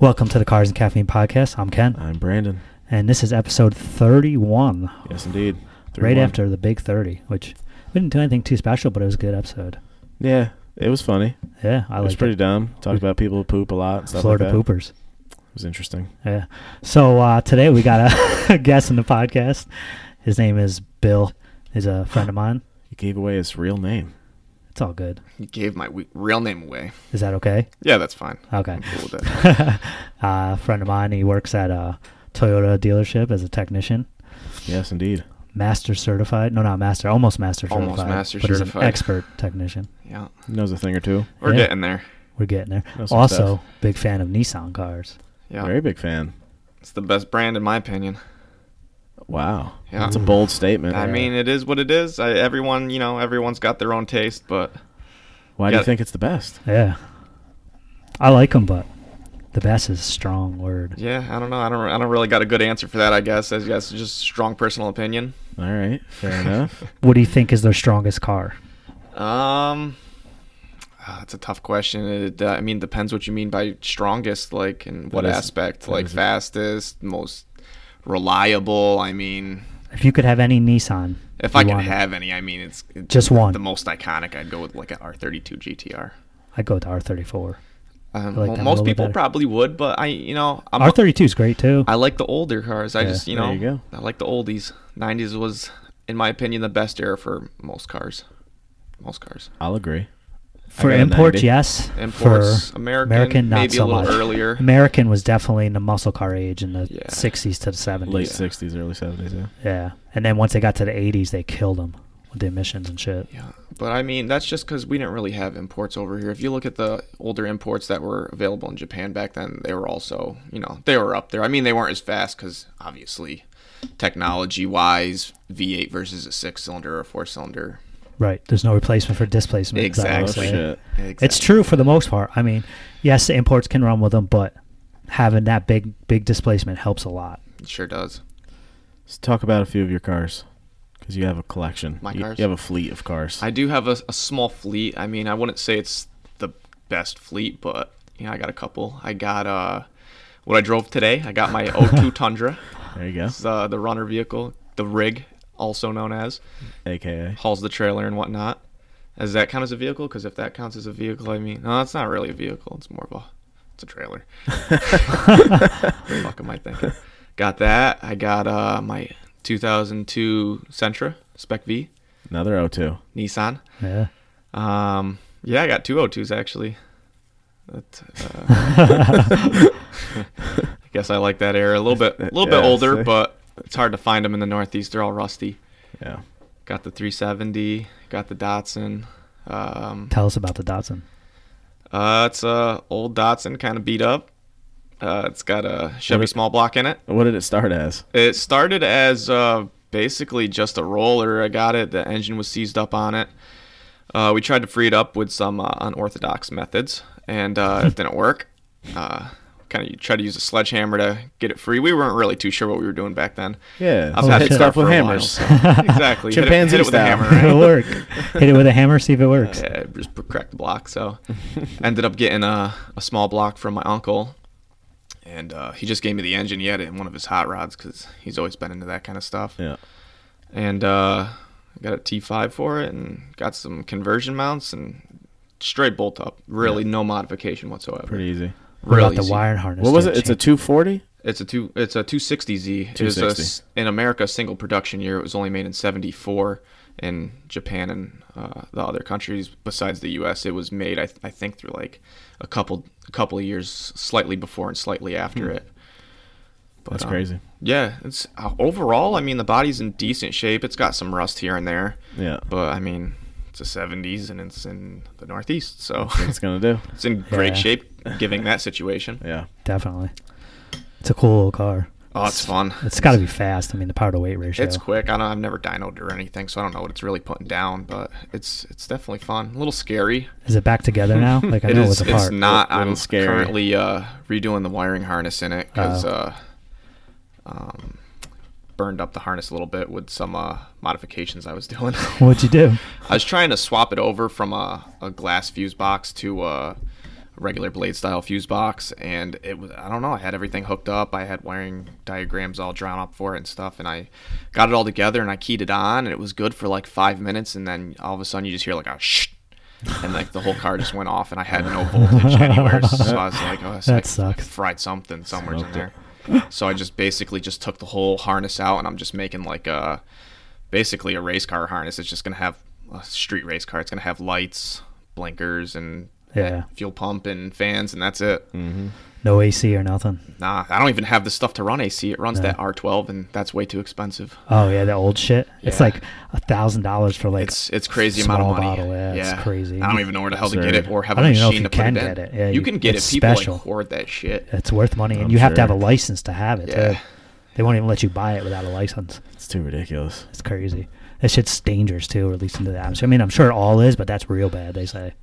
Welcome to the Cars and Caffeine Podcast. I'm Ken, I'm Brandon. and this is episode 31, Yes, indeed. right 3-1. after the Big 30, which we didn't do anything too special, but it was a good episode. Yeah, it was funny. Yeah, I it was like pretty dumb. Talked about people who poop a lot. And stuff Florida like that. poopers. It was interesting. Yeah. So uh, today we got a guest in the podcast. His name is Bill. He's a friend of mine. He gave away his real name. It's all good. You gave my we- real name away. Is that okay? Yeah, that's fine. Okay. I'm cool with it. uh, friend of mine. He works at a Toyota dealership as a technician, Yes, indeed. master certified. No, not master. Almost master certified. Almost master but he's an certified. expert technician. Yeah, He knows a thing or two. we're Yeah. getting there. We're getting there. That's some also, stuff. big fan of Nissan cars. Yeah, Very big fan. it's the best brand in my opinion. Wow. Yeah. That's a bold statement. I mean, it is what it is. I, everyone, you know, everyone's got their own taste, but why do you yeah. think it's the best? Yeah. I like them, but the best is a strong word. yeah, I don't know. I don't. I don't really got a good answer for that. I guess. I guess it's just strong personal opinion. All right, fair enough. What do you think is their strongest car? Um, ah, that's a tough question. It, uh, I mean, depends what you mean by strongest, like, and what is- aspect, that like is a- fastest, most reliable. I mean, If you could have any Nissan, If you I could wanted, have any, I mean, it's it's Just one. The most iconic, I'd go with like an R32 GTR. I'd go with the R34. Um, I like well, that a little most bit people better. probably would, but I, you know, I'm, R32 is great too. I like the older cars. I Yeah, just, you there know, you go. I like the oldies. 90s was, in my opinion, the best era for most cars. Most cars. I'll agree. For got a imports, 90. yes. Imports, for American, American not maybe so a little much. earlier. American was definitely in the muscle car age in the Yeah. 60s to the 70s. Late '60s, early '70s. Yeah. Yeah. And then once they got to the 80s, they killed them with the emissions and shit. Yeah, but I mean, that's just because we didn't really have imports over here. If you look at the older imports that were available in Japan back then, they were also, you know, they were up there. I mean, they weren't as fast because obviously, technology wise, V8 versus a six cylinder or a four cylinder. Right. There's no replacement for displacement. is that what Oh I'm Exactly. saying? shit. Exactly. It's true for the most part. I mean, yes, the imports can run with them, but having that big, big displacement helps a lot. It sure does. Let's talk about a few of your cars, because you have a collection. My You- cars? You have a fleet of cars. I do have a, a small fleet. I mean, I wouldn't say it's the best fleet, but you know, I got a couple. I got uh, what I drove today. I got my 02 Tundra. there you go. It's uh, the runner vehicle, the rig, also known as. AKA. hauls the trailer and whatnot. Does that count as a vehicle? Because if that counts as a vehicle, I mean, no, it's not really a vehicle. It's more of a, it's a trailer. what the fuck am I thinking? Got that. I got uh my 2002 Sentra Spec V Another O2. Nissan. Yeah. Um, yeah, I got two O2s actually. That, uh, I guess I like that era a little bit, a little bit Yeah, older, see? but it's hard to find them in the Northeast. They're all rusty. Yeah. Got the 370. Got the Datsun. Um, Tell us about the Datsun. Uh, it's a old Datsun, kind of beat up. Uh, it's got a Chevy is- small block in it. What did it start as? It started as uh, basically just a roller. I got it. The engine was seized up on it. Uh, we tried to free it up with some uh, unorthodox methods, and uh, it didn't work. Uh, kind of tried to use a sledgehammer to get it free. We weren't really too sure what we were doing back then. Yeah. I've so had hit that stuff for with a while, hammers. so- exactly. Hit it- Chimpanzee hit it with a style. hammer, right? It'll work. Hit it with a hammer, see if it works. Yeah, uh, just p- cracked the block. So ended up getting a, a small block from my uncle, and uh, he just gave me the engine. He had it in one of his hot rods because he's always been into that kind of stuff. Yeah. And uh, I got a T5 for it, and got some conversion mounts and straight bolt up. Really, no modification whatsoever. Pretty easy. What really, about the easy. wiring harness? What was it? Did It's a 240? It's a two. It's a 260Z. It was a s 260. in America a single production year. It was only made in '74 in Japan and uh, the other countries besides the U.S. It was made, I, th- I think, through like a couple a couple of years, slightly before and slightly after it. But, That's um, crazy. Yeah, it's uh, overall. I mean, the body's in decent shape. It's got some rust here and there, Yeah. but I mean, it's the '70s and it's in the Northeast, so What it's gonna do. it's in Yeah. great shape, giving that situation. Yeah. Definitely. It's a cool little car. Oh, it's fun. It's got to be fast. I mean, the power to weight ratio. It's quick. I don't. I've never dynoed or anything, so I don't know what it's really putting down. But it's it's definitely fun. A little scary. Is it back together now? Like I It know is. it was It's apart. not. Little- I'm little scary. currently uh, redoing the wiring harness in it because Oh. uh, um, burned up the harness a little bit with some uh, modifications I was doing. What'd you do? I was trying to swap it over from a, a glass fuse box to uh, regular blade style fuse box, and it was I don't know I had everything hooked up. I had wiring diagrams all drawn up for it and stuff, and I got it all together and I keyed it on, and it was good for like five minutes, and then all of a sudden you just hear like a shh. And like the whole car just went off, and I had no voltage anywhere. So I was like, "Oh, that's That like sucks. Fried something somewhere in Smoked it. there." so I just basically just took the whole harness out, and I'm just making like a basically a race car harness. It's just gonna have a street race car. It's gonna have lights, blinkers, and Yeah. fuel pump and fans, and that's it. No AC or nothing. Nah, I don't even have the stuff to run AC. It runs Yeah. that R12, and that's way too expensive. Oh yeah, the old shit. It's Yeah. like a thousand dollars for like It's it's crazy amount of small money. bottle, yeah, it's crazy. I don't even know where the hell to get Absurd. it or have I a don't even know if machine you to put can it in. get it. Yeah, you, you- can get it's it. People special. like hoard that shit. it's worth money, and I'm you have to have a sure. license to have it. Yeah. Too. They won't even let you buy it without a license. It's too ridiculous. It's crazy. That shit's dangerous too, released into the atmosphere. I mean, I'm sure it all is, but that's real bad. They say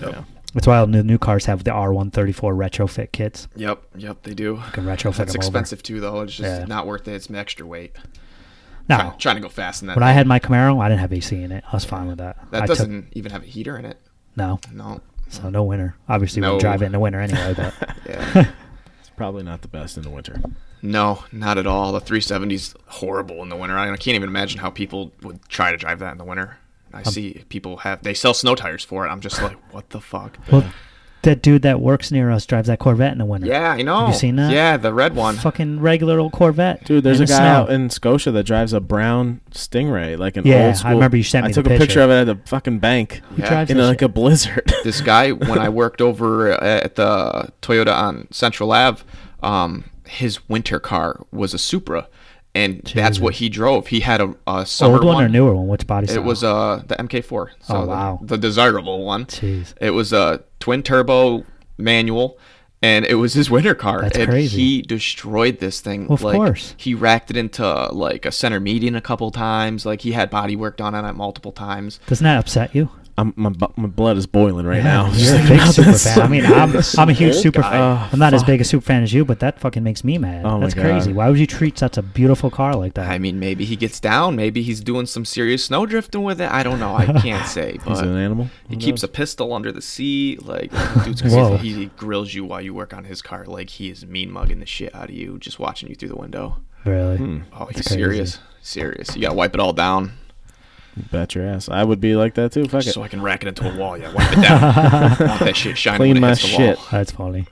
Yep. that's why all the new cars have the R134 retrofit kits. Yep. Yep. They do. You can retrofit That's them expensive too, though. It's just Yeah. not worth it. It's extra weight. Over. No, Try- Trying to go fast in that. when I had my Camaro, I didn't have AC in it. I was fine with that. that I took- doesn't even have a heater in it. no, No. so no winter. Obviously, we No. drive it in the winter anyway. But Yeah. It's probably not the best in the winter. no, not at all. The 370's horrible in the winter. I can't even imagine how people would try to drive that in the winter. Um, I see people have they sell snow tires for it. I'm just like, what the fuck? well, that dude that works near us drives that Corvette in the winter. Yeah, I know. Have you seen that? Yeah, the red one. Fucking regular old Corvette. Dude, there's in a the guy snow. out in Scotia that drives a brown Stingray, like an Yeah, I old school. remember you sent me I the took a picture. picture of it at the fucking bank He Yeah. drives in that like shit. a blizzard. this guy when I worked over at the Toyota on Central Ave, um, his winter car was a Supra, and that's what he drove. He had a, a summer old one, or newer one? Which body It style? was uh the MK4. So Oh, the- wow. the, desirable one. Jeez. It was a twin turbo manual, and it was his winter car. That's and crazy. He destroyed this thing. Of like, course. He racked it into like a center median a couple times. Like he had body work done on it multiple times. Doesn't that upset you? I'm, my bu- my blood is boiling right Yeah, now. you're Just a thinking big about super this. fan. I mean, I'm, I'm a huge old super guy. fan. Oh, I'm not as fuck. big a super fan as you, but that fucking makes me mad. Oh my That's crazy. God. Why would you treat such a beautiful car like that? I mean, maybe he gets down. Maybe he's doing some serious snow drifting with it. I don't know. I can't say. He's But an animal. he Who keeps knows? a pistol under the seat. Like, dude's Whoa. crazy. He, he grills you while you work on his car. Like, he is mean mugging the shit out of you, just watching you through the window. really? Oh, he's That's crazy. serious. Serious. You gotta wipe it all down Bet your ass. I would be like that too. Fuck it. so I can rack it into a wall. Yeah, wipe it down. Want that shit shining Clean when it my hits the shit. wall. That's funny.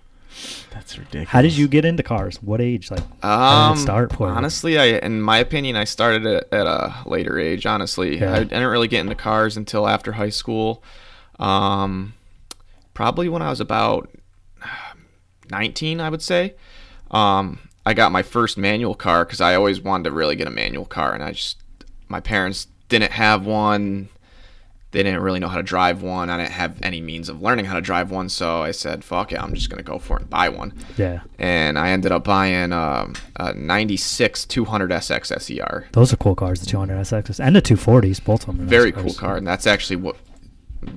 That's ridiculous. How did you get into cars? What age? Like, how Um, did it start for you? honestly, I in my opinion, I started at, at a later age. Honestly, Yeah. I, I didn't really get into cars until after high school. Um, probably when I was about 19, I would say. Um, I got my first manual car because I always wanted to really get a manual car, and I just my parents didn't have one. They didn't really know how to drive one. I didn't have any means of learning how to drive one, so I said, "Fuck it, I'm just gonna go for it and buy one." Yeah. and I ended up buying um, a 96 200 SX SER. Those are cool cars, the 200 SXs and the 240s, both of them. Are nice Very cool cars. car, and that's actually what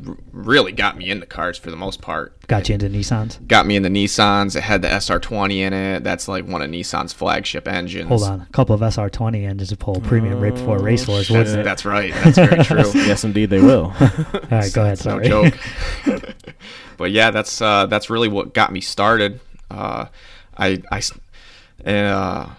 r- really got me into cars for the most part. Got you into Nissans. Got me into Nissans. It had the SR20 in it. That's like one of Nissan's flagship engines. Hold on, a couple of SR20 engines to pull premium right before race wars, That's, wouldn't it? that's right. That's very true. Yes, indeed, they will. All right, go ahead. no Sorry. joke. but yeah, that's uh, that's really what got me started. Uh, I I s- uh,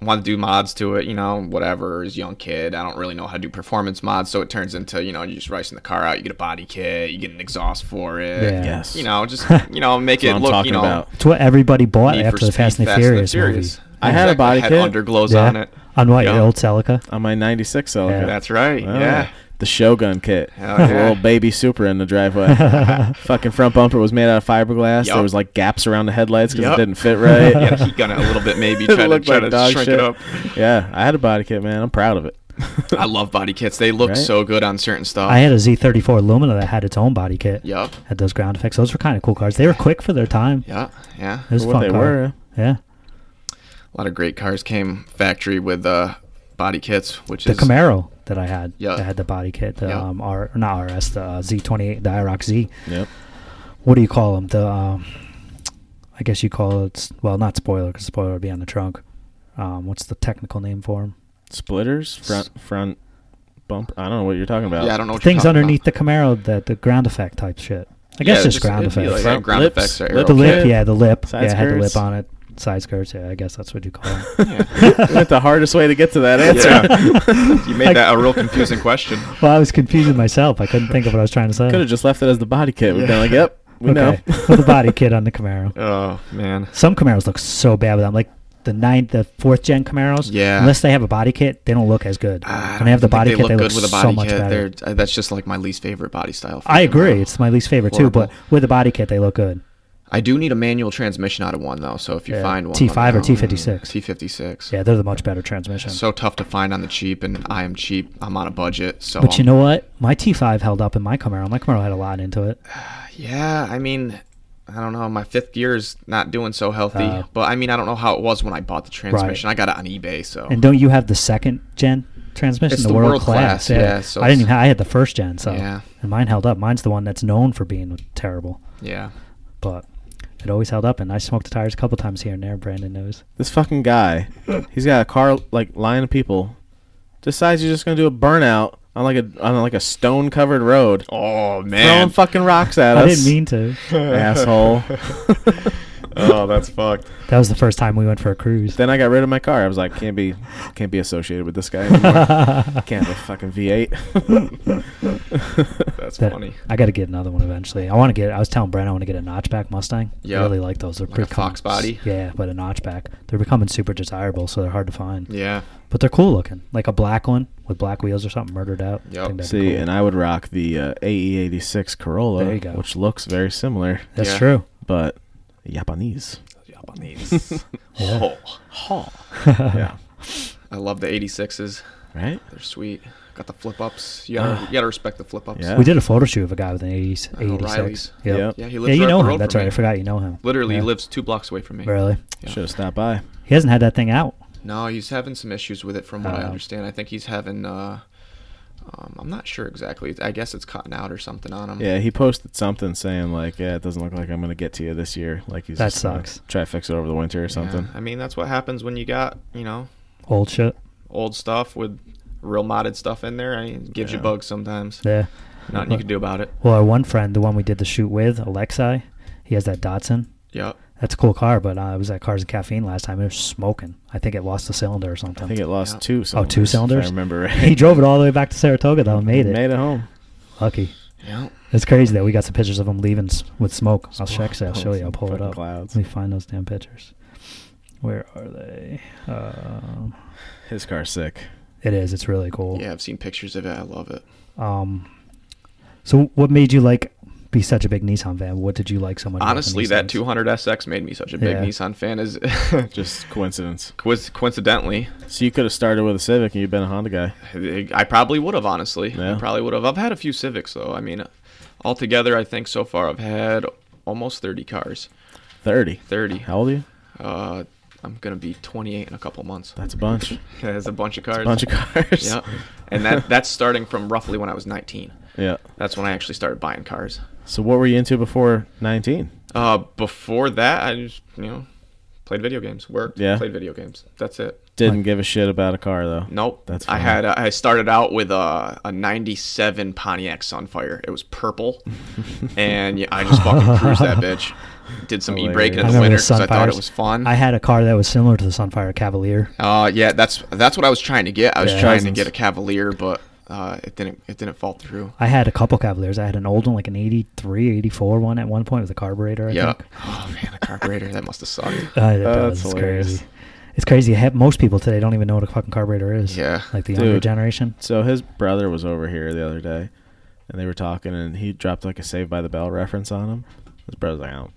wanted to do mods to it, you know, whatever. As a young kid, I don't really know how to do performance mods, so it turns into you know you're just racing the car out. You get a body kit, you get an exhaust for it. Yeah. yes. You know, just you know, make That's it what I'm look, talking you know, about. it's what everybody bought Need for after the Speed, Fast and the Furious, Furious. movie. I had a body had kit. underglows Yeah. on it. On what, Yeah. your old Celica? On my '96 Celica. Yeah. That's right. Oh, yeah. The Shogun kit. Hell With a yeah. little baby super in the driveway. Fucking front bumper was made out of fiberglass. Yup. There was like gaps around the headlights because it Yup. didn't fit right. You had to heat gun it a little bit, maybe try to looked try like to dog shrink shit. it up. Yeah, I had a body kit, man. I'm proud of it. I love body kits. They look Right. so good on certain stuff. I had a Z34 Lumina that had its own body kit. Yup. Had those ground effects. Those were kind of cool cars. They were quick for their time. Yeah, yeah. It was For a what fun they car. were. Yeah. A lot of great cars came factory with uh, body kits, which The is Camaro that I had, Yeah. that had the body kit, the Yeah. um, R, not RS, the uh, Z28, the IROC Z. Yep. What do you call them? The, um, I guess you call it, s- well, not spoiler, because spoiler would be on the trunk. Um, what's the technical name for them? Splitters, front front bumper. I don't know what you're talking about. yeah. I don't know what you're Things talking underneath the Camaro, that the ground effect type shit. I guess Yeah, just, just- ground it'd be effects. like Front ground lips, effects or lip arrow the lip, kit. yeah, the lip, Side yeah, it had the skirts. lip on it. Side skirts, yeah, I guess that's what you call it. we went the hardest way to get to that answer. Yeah. you made Like- that a real confusing question. well, I was confusing myself. I couldn't think of what I was trying to say. Could have just left it as the body kit. We've Yeah. been like, yep, we okay, know. with the body kit on the Camaro. Oh man. Some Camaros look so bad with them, like the nine, the fourth gen Camaros. Yeah. unless they have a body kit, they don't look as good. I when they have the don't body kit, think they look good with a so body much kit. better. They're- uh, that's just like my least favorite body style. for I Camaro. agree. It's my least favorite too, but Horrible. with the body kit, they look good. I do need a manual transmission out of one though. So if you Yeah, find one, T5 or T56. T fifty six. Yeah, they're the much better transmission. So tough to find on the cheap, and I am cheap. I'm on a budget, so. but you I'm- know what? My T5 held up in my Camaro. My Camaro had a lot into it. Yeah, I mean, I don't know. My fifth gear is not doing so healthy, Uh, but I mean, I don't know how it was when I bought the transmission. I got it on eBay, so. And don't you have the second gen transmission? It's the world class, yeah, so I didn't even. it's- Have, I had the first gen, so Yeah. and mine held up. Mine's the one that's known for being terrible, yeah. but it always held up. And I smoked the tires a couple times here and there. Brandon knows. This fucking guy, he's got a car like line of people. Decides he's just gonna do a burnout on like a on like a stone covered road, Oh throwing fucking rocks at I didn't us. mean to. asshole. oh, that's fucked. That was the first time we went for a cruise. then I got rid of my car. I was like, can't be can't be associated with this guy anymore. can't have a fucking V8. That's That- funny. I got to get another one eventually. I want to get. I was telling Brent I want to get a notchback Mustang. I Yeah. really like those. They're Like a becoming Fox body? Yeah, but a notchback. They're becoming super desirable, so they're hard to find. Yeah. But they're cool looking, like a black one with black wheels or something murdered out. I Yep. think that'd be See, cool. and I would rock the uh, AE86 Corolla, There you go. which looks very similar, that's Yeah. true. but Japanese. Japanese. Yeah. Oh, yeah, I love the 86s. right. They're sweet. Got the flip ups. You gotta, you gotta respect the flip ups. Yeah. We did a photo shoot of a guy with an 80s, I know, 86. Riley's. Yep. Yep. Uh, Yeah, he Yeah, lives you right up know the him. road That's from right. I me. forgot you know him. Literally, Yeah. he lives two blocks away from me. Really? Yeah. Should have stopped by. He hasn't had that thing out. No, he's having some issues with it, from what I Oh. understand. I think he's having. Uh, um, I'm not sure exactly. I guess it's cotton out or something on him. Yeah, he posted something saying like, "Yeah, it doesn't look like I'm gonna get to you this year." Like he's That just gonna sucks. Try to fix it over the winter or something. Yeah, I mean, that's what happens when you got you know Old shit. old stuff with real modded stuff in there. I mean, it gives Yeah. you bugs sometimes. Yeah. Nothing you can do about it. Well, our one friend, the one we did the shoot with, Alexei, he has that Datsun. Yep. That's a cool car, but uh, I was at Cars and Caffeine last time. It was smoking. I think it lost a cylinder or something. I think it lost Yeah. two. Oh, Cylinders, two If cylinders? I remember right. he drove it all the way back to Saratoga though and made it. Made it home. Lucky. Yep. It's crazy that we got some pictures of him leaving s- with smoke. I'll check that. I'll show you. I'll pull it Fucking up. Mm. Clouds. Let me find those damn pictures. Where are they? Um, His car's sick. it is. It's really cool. Yeah, I've seen pictures of it. I love it. Um, so what made you like be such a big Nissan fan? What did you like so much? about the Honestly, that Nissans? 200 SX made me such a big Yeah. Nissan fan. Is Just coincidence. coinc- coincidentally, So you could have started with a Civic and you've been a Honda guy. I probably would have honestly. Yeah. I probably would have. I've had a few Civics though. I mean, altogether, I think so far I've had almost 30 cars. Thirty. 30. How old are you? Uh, I'm gonna be 28 in a couple months. That's a bunch. A That's a bunch of cars. bunch of cars. Yeah, and that that's starting from roughly when I was 19. Yeah. That's when I actually started buying cars. So what were you into before 19? Uh, before that, I just you know played video games, worked, Yeah. played video games. That's it. Didn't give a shit about a car though. Nope. That's I fine. had uh, I started out with a a '97 Pontiac Sunfire. It was purple, and yeah, I just fucking cruised that bitch. Did some e Hilarious. braking I in the remember winter the because I thought it Sunfires. was fun. I had a car that was similar to the Sunfire Cavalier. uh, yeah, that's that's what I was trying to get. I was Yeah. trying Cousins. to get a Cavalier, but uh, it didn't it didn't fall through. I had a couple Cavaliers. I had an old one, like an 83, 84 one at one point with a carburetor. I Yeah. think. Oh man, a carburetor that must have sucked. Uh, it Oh, does. that's It's hilarious. crazy. It's crazy. He- Most people today don't even know what a fucking carburetor is. Yeah. Like the younger Dude. generation. So his brother was over here the other day, and they were talking, and he dropped like a Save by the Bell reference on him. His brother's like, I don't,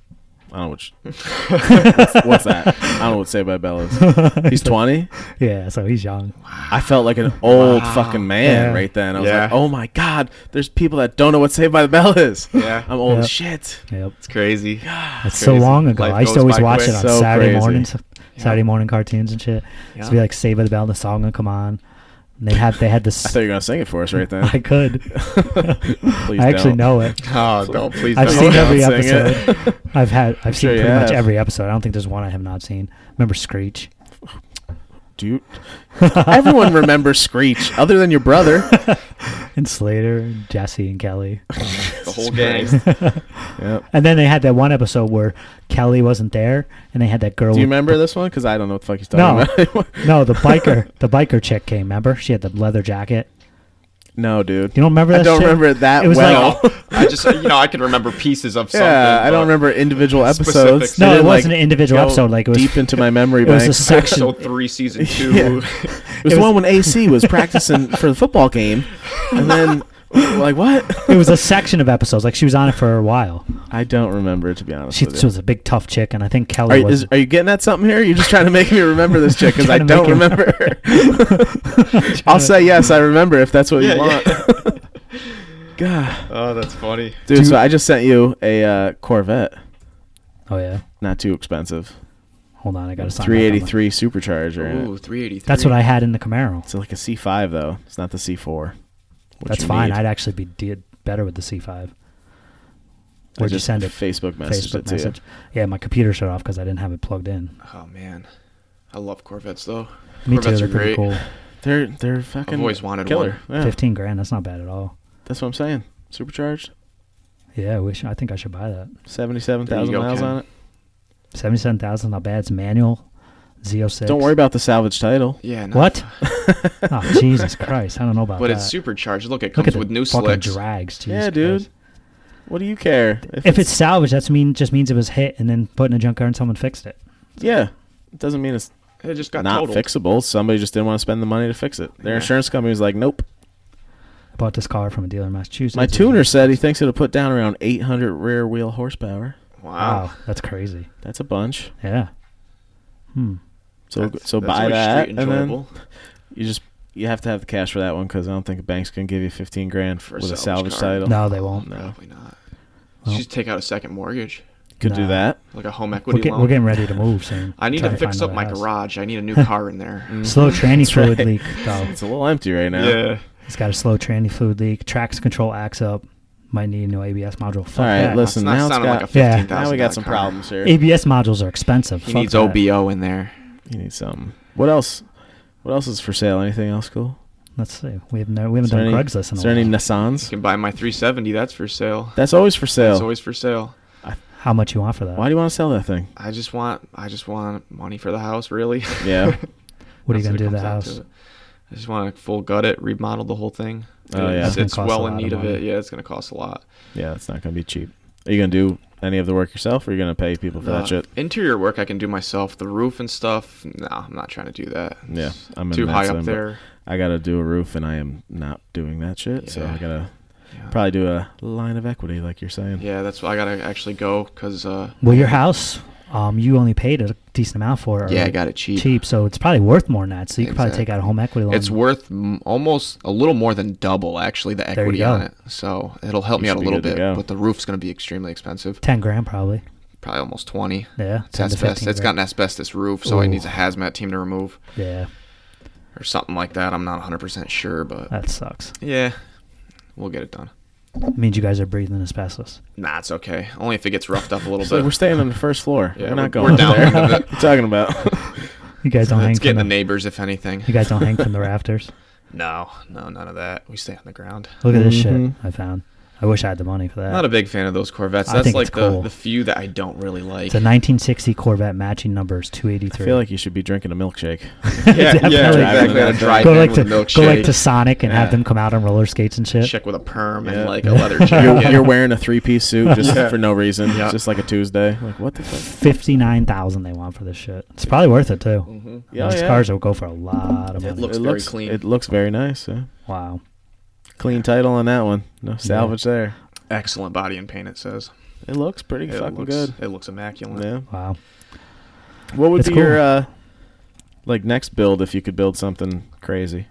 I don't know which, what's, what's that? I don't know what Save by the Bell is. He's twenty. Yeah, so he's young. I felt like an old Wow. fucking man Yeah. right then. I was Yeah. like, oh my god, there's people that don't know what Save by the Bell is. Yeah. I'm old Yeah. as shit. Yep. It's crazy. That's so crazy. long ago. Life I used to goes always by watch quick. it on So Saturday crazy. mornings, Saturday morning cartoons and shit. So it'd be Yeah. like Save by the Bell, and the song would come on. And they'd have they had this. I thought you were gonna sing it for us right then. I could. Please I actually don't. know it. Oh, don't please. I've don't. seen Don't every sing it. episode. I've had I've seen sure you pretty much have. every episode. I don't think there's one I have not seen. Remember Screech? Do you- Everyone remembers Screech, other than your brother. and Slater and Jesse and Kelly. the whole gang. Yep. And then they had that one episode where Kelly wasn't there, and they had that girl. Do you with- remember this one? Because I don't know what the fuck he's No. talking about. No, the biker, the biker chick came. Remember, she had the leather jacket. no, dude. You don't remember? I That don't shit? remember it that It was well. like- No, I just you know I can remember pieces of something. yeah, I but don't remember individual episodes. specifics. They No, it didn't, wasn't an individual go episode, like, it was- deep into my memory It was bank. a section. Episode three, season two. It was It the was- one when AC was practicing for the football game, and then like what? it was a section of episodes. Like she was on it for a while. I don't remember to be honest. She, with she you. was a big tough chick, and I think Are, Kelly you- was. is, are you getting at something here? You're just trying to make me remember this chick because I Trying to don't make you- remember. I'll say yes, I remember if that's what Yeah, you want. yeah. God, Oh, that's funny. dude. so I just sent you a uh, Corvette, oh yeah, not too expensive, hold on, I got to sign. back on that. 383 supercharger. in it. Ooh, 383. That's what I had in the Camaro. It's like a C5 though. It's not the C4. which That's you fine. need. I'd actually be did better with the C5. I Where'd you just send it? Facebook messaged it Facebook to you. message. Yeah, my computer shut off because I didn't have it plugged in. Oh man, I love Corvettes though. Me Corvettes too. They're are pretty great. cool. They're they're fucking. always wanted killer. Yeah, Fifteen grand. That's not bad at all. that's what I'm saying. Supercharged, Yeah, I wish. I think I should buy that. seventy-seven There you thousand go, miles Ken. on it. Seventy-seven thousand. Not bad. It's manual. Z06. Don't worry about the salvage title. Yeah. no. What? oh Jesus Christ! I don't know about But that. it's supercharged. Look, it Look comes at the with new fucking slicks. drags. Jesus yeah, dude. Christ. What do you care? If it's salvage, that's mean just means it was hit and then put in a junkyard and someone fixed it. yeah, it doesn't mean it's It just got not totaled. fixable. Somebody just didn't want to spend the money to fix it. Their Yeah. insurance company was like, "Nope." I bought this car from a dealer in Massachusetts. My tuner said he thinks it'll put down around 800 rear wheel horsepower. Wow. Wow, that's crazy. That's a bunch. Yeah. Hmm. So That's- so that's buy always that, straight and then enjoyable. you just you have to have the cash for that one because I don't think a bank's gonna give you 15 grand For a with a salvage salvage car. title. No, they won't. no. Probably not. Well. You just take out a second mortgage, Could do Nah. that. like a home We're, equity get, loan. we're getting ready to move soon. I need Try to fix find up my another house. garage. I need a new car in there. Slow tranny fluid right. leak, though. It's a little empty right now. Yeah. It's got a slow tranny fluid leak. Trax control acts up. Might need a new ABS module. Fuck All right, that. listen. It's not now it's sounding got, like a Yeah. fifteen thousand. now we got some problems here. ABS modules are expensive. He Fuck needs that. OBO in there. You need something. What else? What else is for sale? Anything else cool? Let's see. We have no. We haven't Is there done any- Craigslist in Is a there while. any You Nissans? can buy my 370. That's for sale. That's always for It's sale. always for sale. How much you want for that? Why do you want to sell that thing? I just want. I just want money for the house. Really. Yeah. what are you That's gonna do to it the comes down house? to it. I just want to full gut it, remodel the whole thing. Oh, yeah. That's It's, gonna it's cost a well lot in of need of, it. money. Yeah, it's going to cost a lot. Yeah, it's not gonna be cheap. Are you gonna do any of the work yourself, or are you gonna pay people for The that shit? Uh, Interior work I can do myself. The roof and stuff. No, I'm not trying to do that. Yeah, It's I'm in too that high zone, up but there. I gotta do a roof, and I am not doing that shit. So I Yeah. gotta Yeah. probably do a line of equity, like you're saying. Yeah, that's why I gotta actually go because uh, Well, your house. Um, you only paid a decent amount for it. yeah, I right? got it cheap. cheap, so it's probably worth more than that. So you could probably take Exactly. out a home equity loan. It's worth m- almost a little more than double actually the you equity go. on it, so it'll help You me out a should be little good to bit. go. But the roof's gonna be extremely expensive, ten grand probably. probably almost twenty. Yeah, It's, 10 to asbestos. 15 it's got grand. an asbestos roof, so it Ooh. needs a hazmat team to remove Yeah, or something like that. I'm not 100 percent sure, but that sucks. yeah, we'll get it done. means you guys are breathing asbestos. Nah, it's okay. Only if it gets roughed up a little It's like bit. we're staying on the first floor. Yeah, we're not we're- going we're up there. down what with are you talking about? You guys don't hang it's from getting the, the neighbors, if anything. You guys don't hang from the rafters. No, no, none of that. We stay on the ground. Look at this Mhm. Mm-hmm. shit I found. I wish I had the money for that. Not a big fan of those Corvettes. Uh, I That's think like it's the, cool. the few that I don't really like. it's a 1960 Corvette matching numbers I 283. feel like you should be drinking a milkshake. yeah, yeah, Definitely. exactly. I drive go in like with to a milkshake. go like to Sonic and have Yeah. them come out on roller skates and shit. chick with a perm Yeah. and like a leather you're, jacket. you're wearing a three piece suit just Yeah. for no reason. Yeah. Just like a Tuesday. Like what the fuck? Fifty nine thousand they want for this shit. It's probably worth it too. Mhm. Yeah, These yeah. cars will go for a lot of It money. looks very clean. It looks very nice. Yeah. wow. Clean title on that one. No salvage there. Excellent body and paint. It says. It looks pretty it fucking looks, good. It looks immaculate. Yeah. Wow. What would It's be your uh, like next build if you could build something crazy?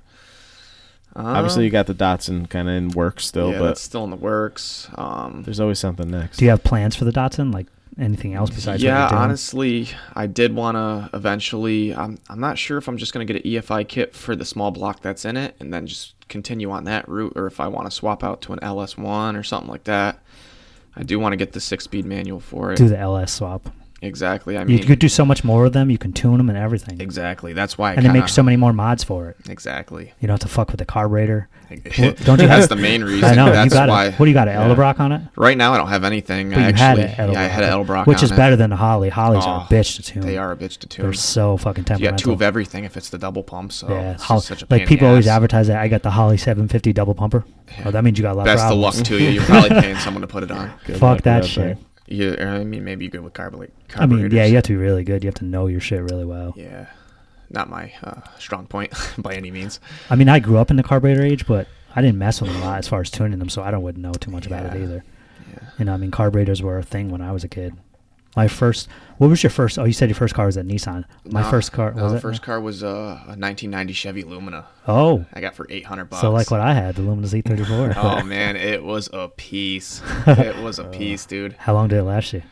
Obviously, you got the Datsun kind of in work still, Um, yeah, but that's still in the works. Um, there's always something next. Do you have plans for the Datsun? Like anything else besides what yeah, you're doing? honestly, I did want to eventually. I'm I'm not sure if I'm just gonna get an EFI kit for the small block that's in it, and then just continue on that route, or if I want to swap out to an LS1 or something like that. I do want to get the six-speed manual for it. do the LS swap. Exactly. I you mean, could do so much more with them. You can tune them and everything, exactly. That's why. I and they make kinda- so many more mods for it. Exactly. You don't have to fuck with the carburetor. Well, Don't don't you you? have- That's the main reason. I know you That's got why. it. What do you got? An yeah. Edelbrock on it? Right now, I don't have anything. But I you actually, had an Edelbrock, yeah, I had an Edelbrock, which on is it. better than the Holly. Hollies are a Oh, bitch to tune. They are a bitch to tune. They're so fucking You temperamental. got two of everything if it's the double pump. So Yeah, it's Hol- just such a pain like in the people always ass. advertise that I got the Holly 750 double pumper. Oh, that means you got a lot Best of of luck problems. to you. You're probably paying someone to put it on. Good luck Fuck with that thing. shit. You, I mean, maybe you're good with carbu- carburetors. I mean, yeah, you have to be really good. You have to know your shit really well. Yeah. Not my uh, strong point by any means. I mean, I grew up in the carburetor age, but I didn't mess with them a lot as far as tuning them, so I don't wouldn't know too much about it Yeah. either. Yeah. You know, I mean, carburetors were a thing when I was a kid. My first, what was your first? Oh, you said your first car was a Nissan. My No, first car Uh, no, was the it? first car was uh, a 1990 Chevy Lumina. Oh, I got for 800 bucks. so like what I had, the E Lumina Z34. Oh man, it was a piece. It was a Uh, piece, dude. How long did it last you?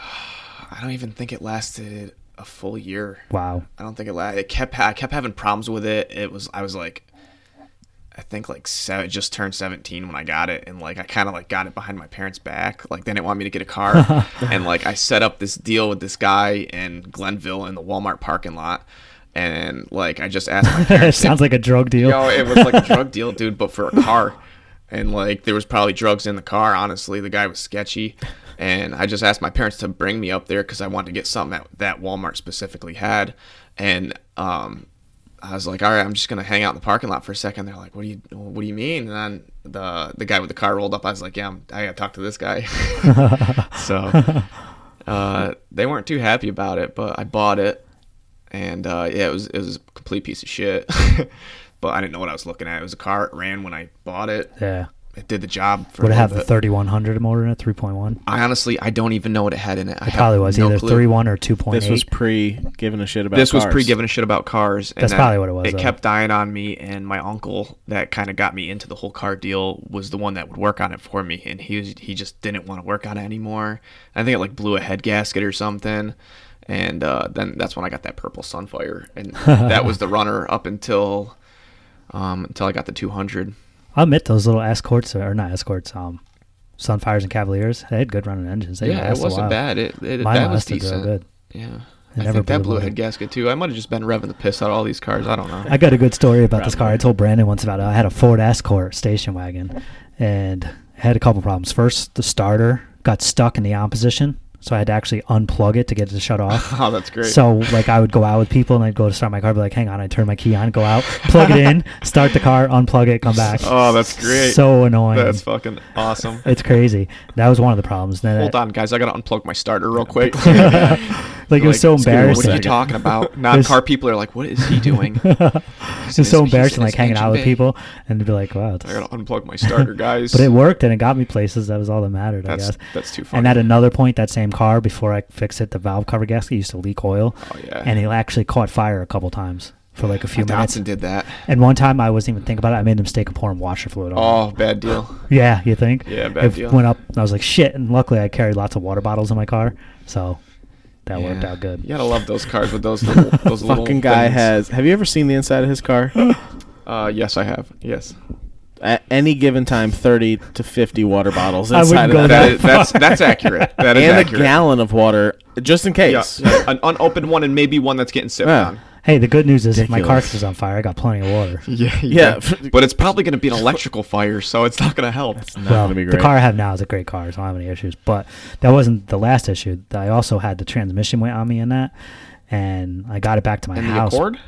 I don't even think it lasted a full year. Wow. I don't think it lasted. It kept. I kept having problems with it. It was. I was like, I think like seven, just turned seventeen when I got it, and like I kind of like got it behind my parents' back. Like they didn't want me to get a car, and like I set up this deal with this guy in Glenville in the Walmart parking lot, and like I just asked my it parents. sounds like a drug deal. Yo, it was like a drug deal, dude, but for a car. And like there was probably drugs in the car. Honestly, the guy was sketchy, and I just asked my parents to bring me up there because I wanted to get something that, that Walmart specifically had. And um, I was like, all right, I'm just gonna hang out in the parking lot for a second. They're like, what do you what do you mean? And then the the guy with the car rolled up. I was like, yeah, I'm, I gotta talk to this guy. so uh, they weren't too happy about it, but I bought it, and uh, yeah, it was it was a complete piece of shit. but I didn't know what I was looking at. It was a car. It ran when I bought it. yeah. It did the job. For Would a it have little the bit. 3100 motor in it, 3.1? I honestly, I don't even know what it had in it. I It probably was either clue. 3.1 or 2.8. This was pre giving a shit about. This was cars. pre giving a shit about cars. And That's then probably what it was, It though. kept dying on me, and my uncle that kind of got me into the whole car deal was the one that would work on it for me, and he was, he just didn't want to work on it anymore. I think it like blew a head gasket or something, and uh, then that's when I got that purple Sunfire, and that was the runner up until um, until I got the 200. I'll admit those little escorts, or not escorts, um, Sunfires and Cavaliers, they had good running engines. They yeah, it lasted a wasn't while. bad. It, it Mine that was lasted real decent. good. Yeah. It I never think that blew blew a my- head gasket too. I might have just been revving the piss out of all these cars. I don't know. I got a good story about this car. I Probably. told Brandon once about it. I had a Ford Escort station wagon and I had a couple problems. First, the starter got stuck in the on position, so I had to actually unplug it to get it to shut off. Oh, that's great. So like I would go out with people and I'd go to start my car, be like, hang on, I turn my key on, go out, plug it in, start the car, unplug it, come back. Oh, that's great. So annoying. That's fucking awesome. it's crazy. That was one of the problems. Then Hold I- on, guys. I gotta unplug my starter real quick. Like it was so "Scooter, What embarrassing. are you talking about? Non-car people are like, "What is he doing?" It was so He's- embarrassing, he's like hanging out with engine bay. people and to be like, wow. I this- gotta unplug my starter, guys. But it worked and it got me places. That was all that mattered, I That's- guess. that's too And at funny. another point, that same car, before I fixed it, the valve cover gasket used to leak oil. Oh, yeah. And it actually caught fire a couple times for like a few minutes. Dodson Uh, did that. And one time I wasn't even thinking about it. I made the mistake of pouring washer fluid on. it. Oh, bad deal. Yeah, you think? Yeah, bad it deal. went up. And I was like, shit. And luckily, I carried lots of water bottles in my car, so that worked Yeah. out good. You gotta love those cars with those little, those little Fucking guy things. has. Have you ever seen the inside of his car? Uh, yes, I have. Yes. At any given time, thirty to fifty water bottles I inside wouldn't of go that, that That is, that's that's accurate. That is and accurate. a gallon of water just in Yeah, case. yeah, an unopened one and maybe one that's getting sipped Yeah. on. Hey, the good news is if my Ridiculous. car catches on fire, I got plenty of water. Yeah, Yeah. But it's probably gonna be an electrical fire, so it's not gonna help. Not well, gonna be the great. car I have now is a great car, so I don't have any issues. But that wasn't the last issue. I also had the transmission went on me in that, and I got it back to my And the house. Accord?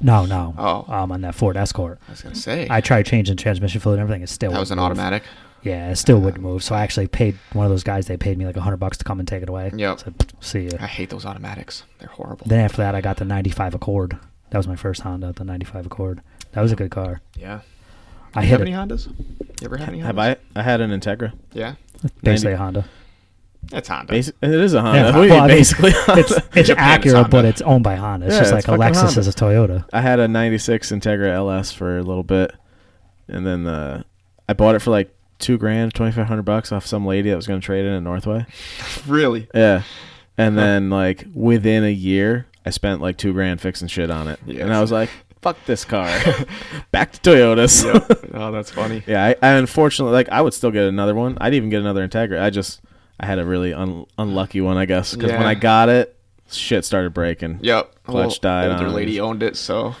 No, no. Oh. Um, on that Ford Escort. I was gonna say I tried changing transmission fluid and everything. It still that was an wouldn't move. automatic. Yeah, it still wouldn't move. So I actually paid one of those guys. They paid me like a hundred bucks to come and take it away. Yep. So see you. I hate those automatics. They're horrible. Then after that, I got the '95 Accord. That was my first Honda, the '95 Accord. That was a good car. yeah. I Do you hit have any it, Hondas? You ever had any Hondas? Have I? I had an Integra. Yeah. basically a Honda. That's Honda. Basi- it is a Honda. Yeah, Uh, What do you well, mean, I mean, basically, It's it's Japan, it's Acura, but Honda. it's owned by Honda. It's Yeah, just it's like a fucking Lexus Honda. is a Toyota. I had a '96 Integra LS for a little bit, and then uh, I bought it for like two grand, twenty five hundred bucks off some lady that was going to trade it in Northway. really? Yeah, and then like within a year, I spent like two grand fixing shit on it, Yes. and I was like, "Fuck this car, back to Toyotas." oh, that's funny. yeah, I, I unfortunately like I would still get another one. I'd even get another Integra. I just I had a really un- unlucky one, I guess, because when Yeah. I got it, shit started breaking. Yep. a Clutch little died Older on it. lady owned it, so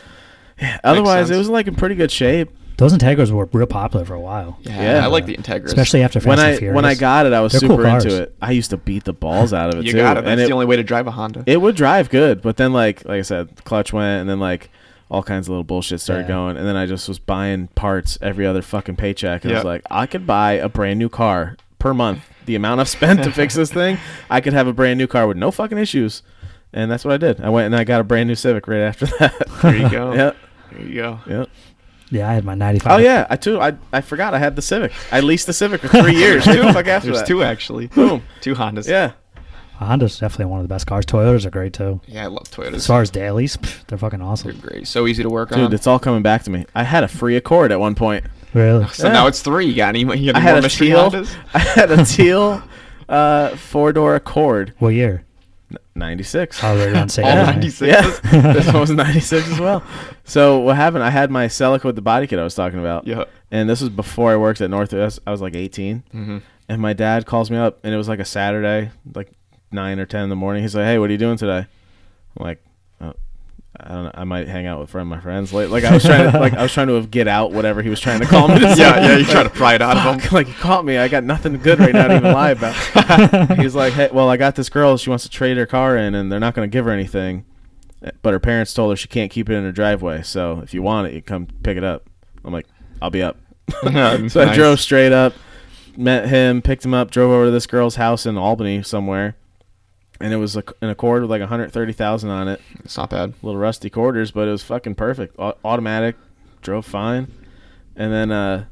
Otherwise, sense. it was like in pretty good shape. Those Integras were real popular for a while, yeah, Yeah. I like the Integras. especially after Fast when and I Furious. when I got it, I was They're cool super into cars. it. I used to beat the balls out of it you too, got it. and That's it, the only way to drive a Honda. it would drive good. But then, like like I said, clutch went, and then like all kinds of little bullshit started Yeah. going, and then I just was buying parts every other fucking paycheck, and I was Yeah. like, I could buy a brand new car per month. The amount I've spent to fix this thing, I could have a brand new car with no fucking issues. And that's what I did. I went and I got a brand new Civic right after that. there you go. yeah, There you go. yeah. yeah, I had my '95. Oh yeah, I too. I, I forgot I had the Civic. I leased the Civic for three years. Who the fuck after There's that? two actually. Boom. Two Hondas. Yeah. Honda's definitely one of the best cars. Toyotas are great too. Yeah, I love As Toyotas. far as dailies, pff, they're fucking They're awesome. great. So easy to work Dude, on. it's all coming back to me. I had a free Accord at one point. Really? So yeah. now it's three. You got any, you got any I had more a mystery teal. Hondas? I had a teal uh, four door Accord. What year? Ninety six. Oh, right around same. All year. 96s? Yeah. this one was ninety six as well. So what happened? I had my Celica with the body kit I was talking about. Yeah. And this was before I worked at Northwest. I was like 18 Mm-hmm. and my dad calls me up, and it was like a Saturday, like nine or ten in the morning. He's like, "Hey, what are you doing today?" I'm like, oh, "I don't know. I might hang out with friend my friends." Like, like I was trying to, like I was trying to get out whatever he was trying to call me. To say. yeah, yeah. You try to pry it out of Fuck, them. like he caught me. I got nothing good right now to even lie about. He's like, hey, well, I got this girl. She wants to trade her car in, and they're not going to give her anything. Eh, But her parents told her she can't keep it in her driveway. So if you want it, you come pick it up. I'm like, I'll be up. Yeah, so I nice. drove straight up, met him, picked him up, drove over to this girl's house in Albany somewhere, and it was a, an Accord with like 130,000 on it It's not bad. little rusty quarters, but it was fucking perfect. Au- automatic, drove fine. And then uh,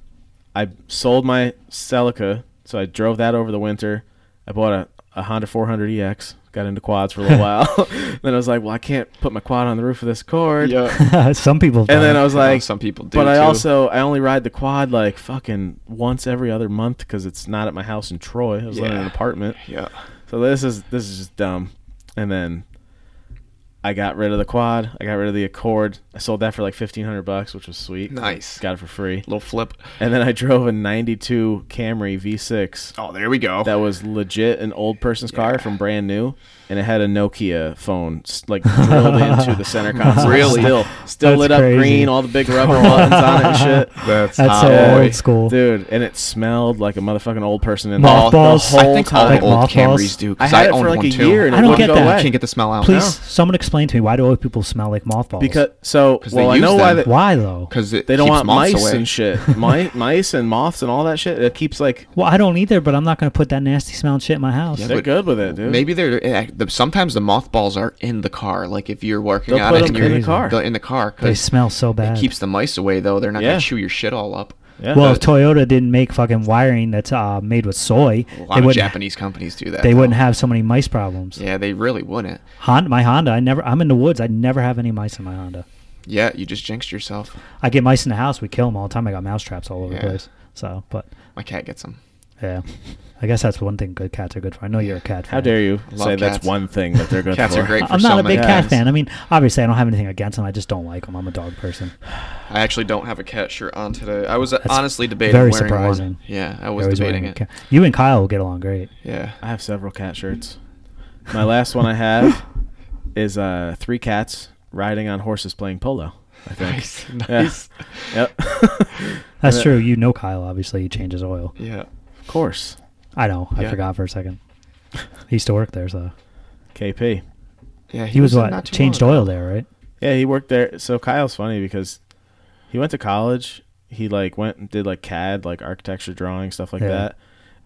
I sold my Celica, so I drove that over the winter. I bought a, a Honda 400 EX, got into quads for a little while. then I was like, well, I can't put my quad on the roof of this Accord. Yeah. Some people. have And done then I it. was I know like, some people do. but I too. also I only ride the quad like fucking once every other month because it's not at my house in Troy. I was living in an Yeah. apartment. Yeah. So this is this is just dumb. And then I got rid of the quad. I got rid of the Accord. I sold that for like fifteen hundred bucks, which was sweet. Nice. Got it for free. Little flip. And then I drove a '92 Camry V6 Oh, there we go. that was legit an old person's car from brand new, and it had a Nokia phone s- like drilled into the center console. Really? Still, still That's lit up crazy. green. All the big rubber buttons on it and shit. That's, That's so Yeah. old school. Dude, and it smelled like a motherfucking old person in Moth- there. Mothballs. I think all Like the old mothballs. Camrys do. 'cause I had it owned for like one a too. year and I it don't wouldn't get go that. away. Can't get the smell out. Please, someone explain to me why do old people smell like mothballs? uh, Because so 'Cause they well, I use know why them. they, why though? Because it they don't keeps want moths mice away. and shit. mice, mice and moths and all that shit. It keeps like Well, I don't either, but I'm not going to put that nasty smelling shit in my house. Yeah, they're but good with it, dude. Maybe they're eh, the- sometimes the mothballs are in the car. Like if you're working They'll on put it, them and you're in the car. they're in the car They 'cause smell so it bad. keeps the mice away. Though they're not Yeah. gonna chew your shit all up. Yeah. well, if Toyota didn't make fucking wiring that's uh, made with soy, A they lot of wouldn't. Japanese companies do that. They though. wouldn't have so many mice problems. Yeah, they really wouldn't. Hon- my Honda, I never. I'm in the woods. I never have any mice in my Honda. Yeah, you just jinxed yourself. I get mice in the house. We kill them all the time. I got mouse traps all over Yeah. the place. So, but My cat gets them. yeah, I guess that's one thing good cats are good for. I know you're a cat. How fan. dare you Love say that's cats. one thing that they're good Cats for? are great. I- I'm for not so a big many cat things. fan. I mean, obviously, I don't have anything against them. I just don't like them. I'm a dog person. I actually don't have a cat shirt on today. I was uh, honestly debating very wearing surprising. one. Yeah, I You're was always debating wearing it. a cat- You and Kyle will get along great. Yeah. I have several cat shirts. My last one I have is uh, three cats riding on horses playing polo. I think. Nice. Yeah. Nice. Yep. That's Yeah. true. You know Kyle. Obviously, he changes oil. Yeah. Of course. I know. I Yeah. forgot for a second. He used to work there, so KP. Yeah. he was in what not too changed long oil ago. there, right? Yeah, he worked there. So Kyle's funny because he went to college. He like went and did like CAD, like architecture drawing stuff like Yeah. that.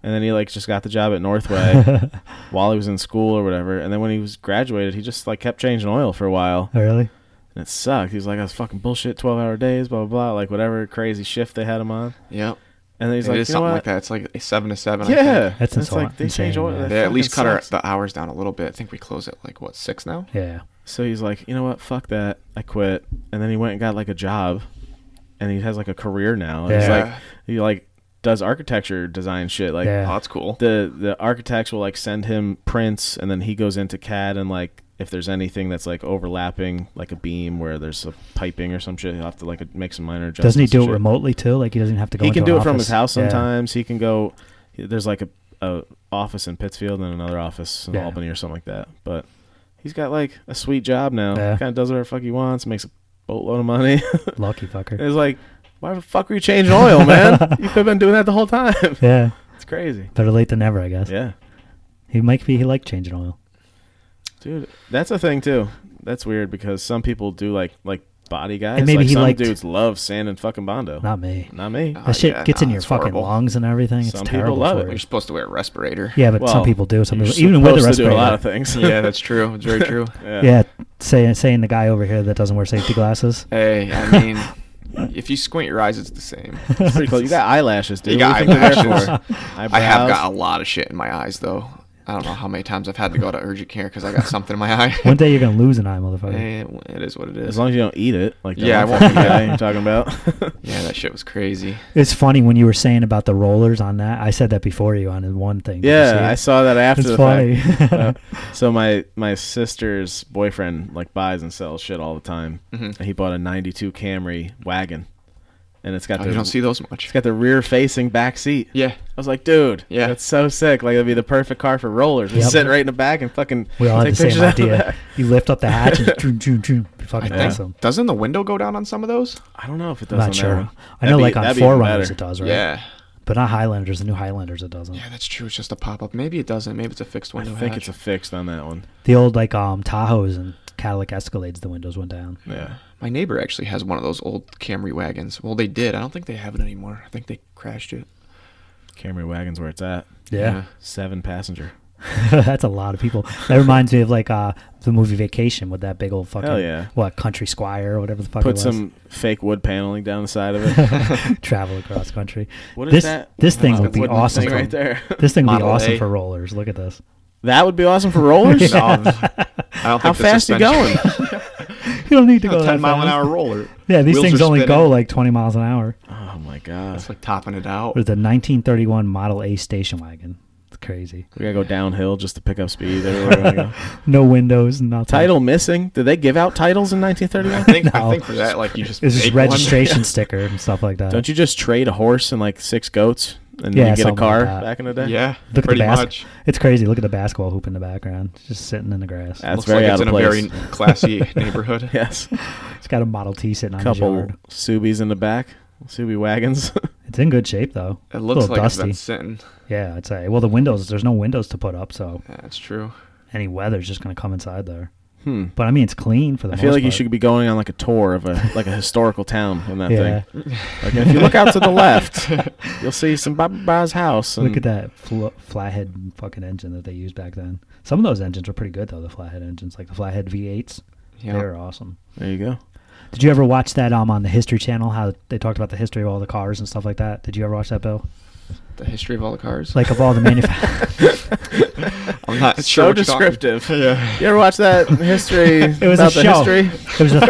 And then he like just got the job at Northway while he was in school or whatever. And then when he was graduated, he just like kept changing oil for a while, Oh, really? and it sucked. He was like, "I was fucking bullshit, twelve hour days, blah blah blah, like whatever crazy shift they had him on." Yep. And then It he's is like, "You know something what? like that. It's like a seven to seven. I Yeah, think. That's And it's insane- like they change insane, oil. yeah. that It They at least fucking cut our, sucks. the hours down a little bit. I think we close at like what six now. Yeah. So he's like, you know what? Fuck that. I quit. And then he went and got like a job, and he has like a career now. And He's Yeah. like, he like does architecture design shit. Like Yeah. Oh, that's cool. the the architects will like send him prints, and then he goes into CAD and like if there's anything that's like overlapping, like a beam where there's a piping or some shit, he'll have to like make some minor adjustments. Doesn't he do and it shit. remotely too? Like he doesn't have to go. He into can an do it from his office? house Yeah. sometimes. He can go. There's like a, a office in Pittsfield and another office in Yeah. Albany or something like that. But he's got like a sweet job now. Yeah. Kind of does whatever the fuck he wants, makes a boatload of money. Lucky fucker. it's like, why the fuck are you changing oil, man? you could have been doing that the whole time. Yeah. it's crazy. Better late than never, I guess. Yeah. He might be. He liked changing oil. Dude, that's a thing too. That's weird because some people do like like body guys. And maybe like he some liked- dudes love sand and fucking bondo. Not Uh, me. Not me. That shit yeah, gets in nah, your it's fucking horrible. lungs and everything. It's Some people terrible. love for it. you. You're supposed to wear a respirator. Yeah, but some Well, people do. Some You're people, even with a supposed to do respirator. a lot of things. yeah, that's true. It's very true. Yeah. Yeah, saying saying the guy over here that doesn't wear safety glasses. Hey, I mean, if you squint your eyes, it's the same. It's pretty close. You got eyelashes, dude. You got What are there eyelashes. for? I have Eyebrows. got a lot of shit in my eyes, though. I don't know how many times I've had to go to urgent care because I got something in my eye. One day you're gonna lose an eye, motherfucker. Eh, it is what it As is. long as you don't eat it, like that Yeah, I one won't fucking eat it. guy you're talking about. Yeah, that shit was crazy. Oh, It's funny when you were saying about the rollers on that. I said that before you on the one thing. Did you see yeah, I it? saw that after It's the funny. fact. Uh, so my my sister's boyfriend like buys and sells shit all the time. Mhm. And he bought a '92 Camry wagon, and it's got Oh, the you don't see those much. it's got the rear facing back seat. Yeah, I was like, dude, Yeah. that's so sick. Like it'd be the perfect car for rollers. We Yep. sit right in the back and fucking we all had take the same pictures out of the idea. back. You lift up the hatch and choom, choom, choom. Be I fucking think awesome. doesn't the window go down on some of those? I don't know if it does. I'm not on that sure. one. I know, That'd be- like on that'd be even Forerunners, better. it does, right? Yeah, But not Highlanders. The new Highlanders, it doesn't. yeah, that's true. It's just a pop up. Maybe it doesn't. Maybe it's a fixed I window. think it's hatch. a fixed on that one. The old like um Tahoes and Cadillac Escalades, the windows went down. Yeah. My neighbor actually has one of those old Camry wagons. Well, they did. I don't think they have it anymore. I think they crashed it. Camry wagon's where it's at. Yeah, Seven passenger. that's a lot of people. That reminds me of like uh the movie Vacation with that big old fucking Hell yeah. what country squire or whatever the fuck. Put it was. some fake wood paneling down the side of it. travel across country. What is this that? this thing That's a would be wooden awesome. thing for, right there. This thing would be Model awesome A. for rollers. Look at this. that would be awesome for rollers. No, I don't think How the fast you going? suspension- You don't need to go that Ten mile an fast. hour roller. Yeah, these Wheels things are only go spinning. like 20 miles an hour. oh my god. It's like topping it out. There's a 1931 Model A station wagon. It's crazy. We gotta go downhill just to pick up speed. everywhere we go. No windows, nothing. Title missing. Did they give out titles in I 1931? think No. I think for that, like you just It's just make one. registration sticker and stuff like that. Don't you just trade a horse and like six goats and Yeah, you get a something car like that. back in the day? Yeah, Look at the pretty basket. much. It's crazy. Look at the basketball hoop in the background, It's just sitting in the grass. That's Looks very like out it's of in place. a very classy neighborhood. yes. It's got a Model T sitting on the Couple yard. Subies in the back. Subie wagons. It's in good shape though. It A looks little like it's dusty. been sitting. Yeah, I'd say. Well, the windows. There's no windows to put up, so That's true. any weather's just gonna come inside there. hmm. But I mean, it's clean for the I most feel like you part. should be going on like a tour of a like a historical town in that Yeah. thing. Like if you look out to the left, you'll see some Baba Ba's house. And Look at that fl- flathead fucking engine that they used back then. Some of those engines were pretty good though. The flathead engines, like the flathead V8s, Yeah. they were awesome. There you go. Did you ever watch that um on the History Channel? How they talked about the history of all the cars and stuff like that. Did you ever watch that, Bill? The history of all the cars. Like of all the manuf- I'm not It's sure so what you're talking- descriptive. Yeah. You ever watch that history? It was a about the show. history. It was a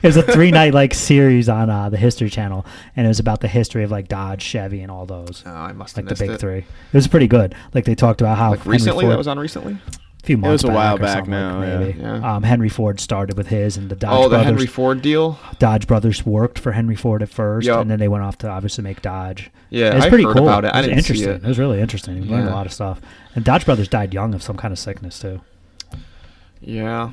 it was a three night like series on uh, the History Channel, and it was about the history of like Dodge, Chevy, and all those. Oh, I must have Like the missed big it. three, it was pretty good. Like they talked about how Like Henry recently, Ford- that was on recently. a few months. was a while or back something, now, yeah. maybe. Yeah. Um, Henry Ford started with his, and the Dodge oh, the brothers. Henry Ford deal. Dodge brothers worked for Henry Ford at first, Yep. and then they went off to obviously make Dodge. Yeah, it's I've pretty heard cool. about it. I was didn't see interesting. it. was really interesting. You learned a Yeah. lot of stuff. And Dodge brothers died young of some kind of sickness too. Yeah,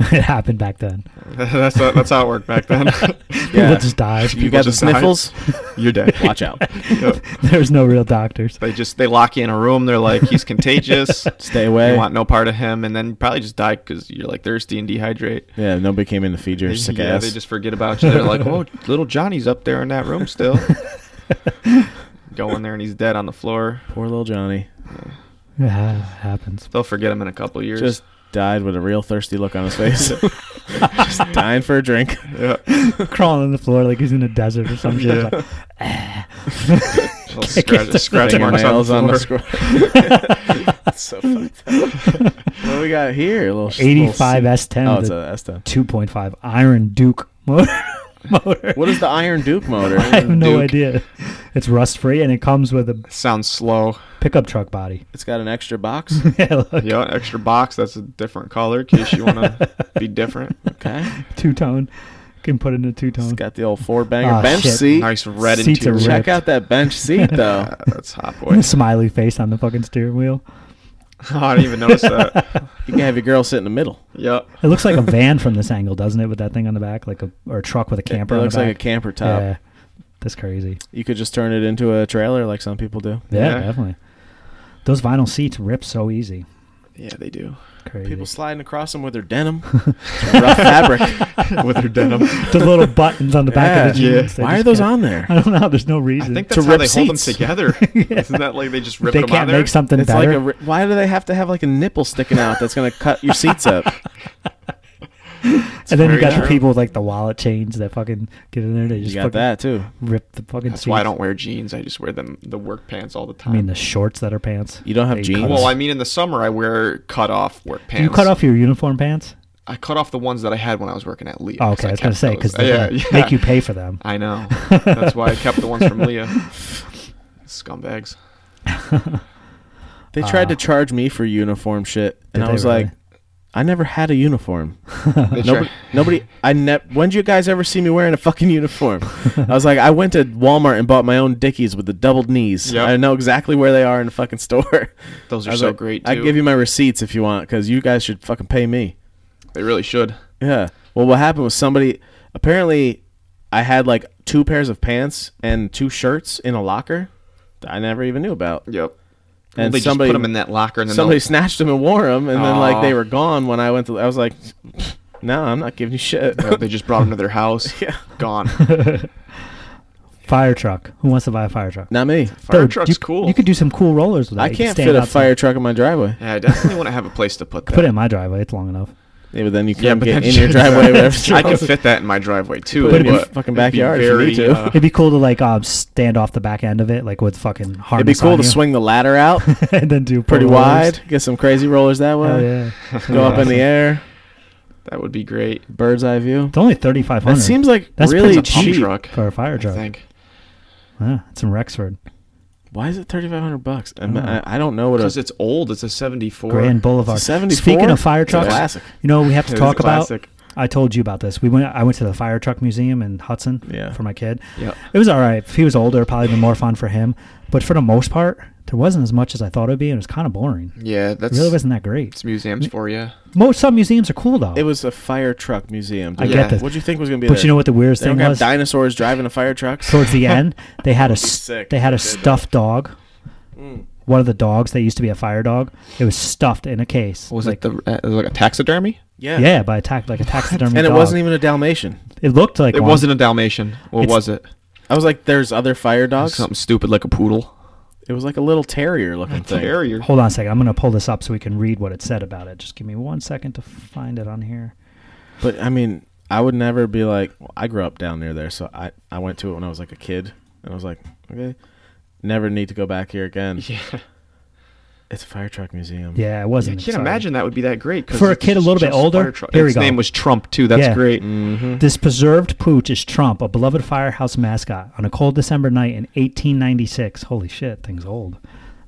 it happened back then. that's how, that's how it worked back then. People just died. You got the just died. sniffles. You're dead. Watch out. Yep. There's no real doctors. They just they lock you in a room. They're like, he's contagious. Stay away. You want no part of him, and then you probably just die because you're like thirsty and dehydrate. Yeah, nobody came in to feed your They- sick yeah, ass. they just forget about you. They're like, oh, little Johnny's up there in that room still. Go in there and he's dead on the floor. Poor little Johnny. Yeah, it happens. They'll forget him in a couple years. Just died with a real thirsty look on his face. just dying for a drink. yeah. Crawling on the floor like he's in a desert or some shit. Like, Little scratch, scratch Finger marks on the nails floor. on the scroll. It's so fucked up. What do we got here? A little s- little 85 suit. S10 Oh, with it's a a S10. 2.5 Iron Duke motor. motor. What is the Iron Duke motor? I have no Duke? idea. It's rust free and it comes with a Sounds slow. pickup truck body. It's got an extra box. yeah, look, Yeah, an extra box that's a different color in case you want to be different. Okay. two tone. and put it in a two It's tone. got the old four banger Ah, bench shit. seat. Nice red Seats are interior. red. Check out that bench seat though. Yeah, that's hot boy. Smiley face on the fucking steering wheel. Oh, I didn't even notice that. you can have your girl sit in the middle. yep. It looks like a van from this angle, doesn't it? With that thing on the back, like a or a truck with a It- camper. It, on the looks like a back. camper top. Yeah, that's crazy. You could just turn it into a trailer like some people do. Yeah, Yeah. definitely. Those vinyl seats rip so easy. Yeah, they do. Crazy. People sliding across them with their denim, It's rough fabric With their denim. the little buttons on the back of the Yeah. jeans. they Why are just those can't- on there? I don't know. There's no I reason. think To that's how rip they hold them seats. together. Yeah. Isn't that like they just rip they them can't out there? make something It's like better. a, ri- why do they have to have like a nipple sticking out that's going to cut your seats up? and then you very got the true. people with like the wallet chains that fucking get in there. They just You got fucking that too. rip the fucking. That's why I seats. don't wear jeans. I just wear them the work pants all the I time. mean the shorts that are pants. You don't have They jeans? cut well, off- I mean in the summer I wear cut off work Do pants. you cut off your uniform pants? I cut off the ones that I had when I was working at Leah. Oh, okay, I was gonna kept say those. because they Yeah, gonna yeah. make you pay for them. I know. That's why I kept the ones from Leah. Scumbags. They tried Uh, to charge me for uniform shit, Did and I they was really? like, I never had a uniform. They Nobody, try- nobody. I never. When did you guys ever see me wearing a fucking uniform? I was like, I went to Walmart and bought my own Dickies with the doubled knees. Yep. I know exactly where they are in the fucking store. Those I are was so like, great too. I give you my receipts if you want, because you guys should fucking pay me. They really should. Yeah. Well, what happened was somebody apparently I had like two pairs of pants and two shirts in a locker that I never even knew about, Yep. and they somebody just put them in that locker and then somebody they'll- snatched them and wore them, and then like Aw. they were gone when I went to. I was like, no, I'm not giving you shit. you know, they just brought them to their house. Yeah. Gone. Fire truck. Who wants to buy a fire truck? Not me. Fire Dude, truck's you, cool. You could do some cool rollers with that. I You could can't stand fit a outside. fire truck in my driveway. yeah, I definitely want to have a place to put that. Put it in my driveway. It's long enough. Yeah, but then you Yeah, can't but get then in your you- driveway. whatever. I could fit that in my driveway too. Put it in your but fucking it'd be backyard if you very, need to. uh, It'd be cool to like um, stand off the back end of it, like with fucking harness. It'd be cool on to you, swing the ladder out and then do pretty rollers. wide, get some crazy rollers that Hell way, yeah. go up in the air, that would be great. bird's eye view. It's only thirty five That hundred. seems like That's really pretty Pump cheap. truck. for a fire I truck. think. Yeah, it's in Rexford. Why is it thirty five hundred bucks? I'm- I don't know. I, I don't know what Because a it's old. It's a 74. Grand Boulevard. It's a 74? Speaking of fire It's a trucks, classic. you know what we have It to is talk a about. classic. I told you about this. We went. I went to the fire truck museum in Hudson Yeah. for my kid. Yep. It was all right. If he was older, probably been more fun for him. But for the most part, there wasn't as much as I thought it would be, and it was kind of boring. Yeah, It that's really wasn't that great. it's museums for you. Most some museums are cool though. it was a fire truck museum. I dude. get Yeah. that. What do you think was gonna be? But there? you know what the weirdest They thing don't have was? dinosaurs driving a fire truck. Towards the end, they had a s- sick they had a if they did Mm. that. stuffed dog. One of the dogs that used to be a fire dog. It was stuffed in a case. Was like, it the uh, like a taxidermy? yeah. Yeah, by a tax like a taxidermy. And it dog. wasn't even a Dalmatian. It looked like It one. wasn't a Dalmatian. What It's- was it? I was like, there's other fire dogs. Something stupid like a poodle. It was like a little terrier looking thing. Terrier. Hold on a second. I'm gonna pull this up so we can read what it said about it. Just give me one second to find it on here. But I mean, I would never be like, well, I grew up down near there, so I, I went to it when I was like a kid, and I was like, okay, never need to go back here again. Yeah. It's a fire truck museum. Yeah, it I wasn't. can't Sorry. imagine that would be that great. 'cause For a it's kid a little bit just fire older, truck. here we His go. name was Trump too. That's Yeah. great. This preserved pooch is Trump, a beloved firehouse mascot. On a cold December night in 1896, holy shit, thing's old.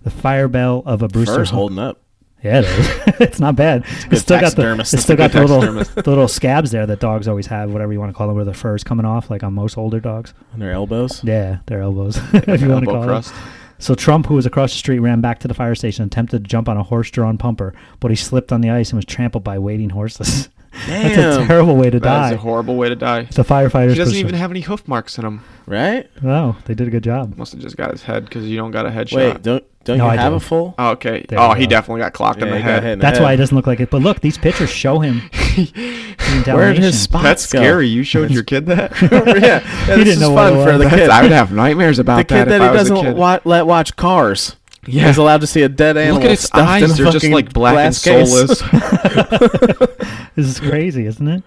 The fire bell of a Brewster. Fur's home- holding up. Yeah, it is. it's not bad. It's, good still got the, taxidermist. it's still It's a got the good little, taxidermist. the little scabs there that dogs always have, whatever you want to call them, where their fur's coming off, like on most older dogs. On their elbows. Yeah, their elbows, if you want to Elbow call them. crust. So Trump, who was across the street, ran back to the fire station and attempted to jump on a horse-drawn pumper, but he slipped on the ice and was trampled by waiting horses. That's a Damn. terrible way to That is die. a horrible way to die. the firefighters. He doesn't pursued- even have any hoof marks in him. Right? Wow, Oh, they did a good job. Must have just got his head because you don't got a headshot. Wait, don't don't No, you I have don't. a full? Oh, okay. There oh, we he go. definitely got clocked in Yeah, the he got head. hit in the That's why head. it doesn't look like it. But look, these pictures show him. Where Where'd did his spots That's go? scary. You showed your kid that? yeah, yeah, this didn't is know what fun it for was. the kid. I would have nightmares about the kid that, that if I he was a kid. doesn't wa- let watch cars. Yeah. He's allowed to see a dead animal. Look at its stuffed in a eyes. They're just fucking like black and glass case. soulless. This is crazy, isn't it?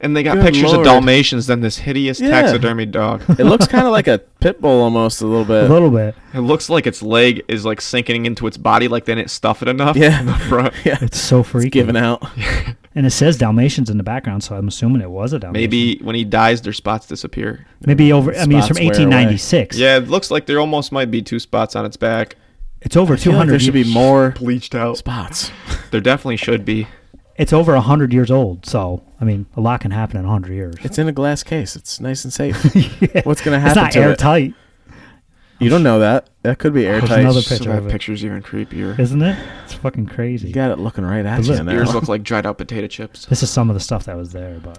and they got Good pictures lord. of Dalmatians, then this hideous Yeah. taxidermy dog. it looks kind of like a pit bull almost a little A bit. little bit. It looks like its leg is like sinking into its body, like they didn't stuff it enough. Yeah. In the front. yeah, It's so freaky. giving out. And it says Dalmatians in the background, so I'm assuming it was a Dalmatian. Maybe when he dies, their spots disappear. Maybe over. I mean, it's from Spots wear away. 1896. Yeah, it looks like there almost might be two spots on its back, It's over I feel like 200. there should be more bleached out. spots. There definitely should be. it's over a hundred years old. So I mean, a lot can happen in a hundred years. It's in a glass case. It's nice and safe. What's gonna It's happen not to it? airtight, You don't know that. That could be airtight. another So picture that of it. picture's even creepier. isn't it? It's fucking crazy. You got it looking right at But you look, now. Yours look like dried out potato chips. This is some of the stuff that was there, but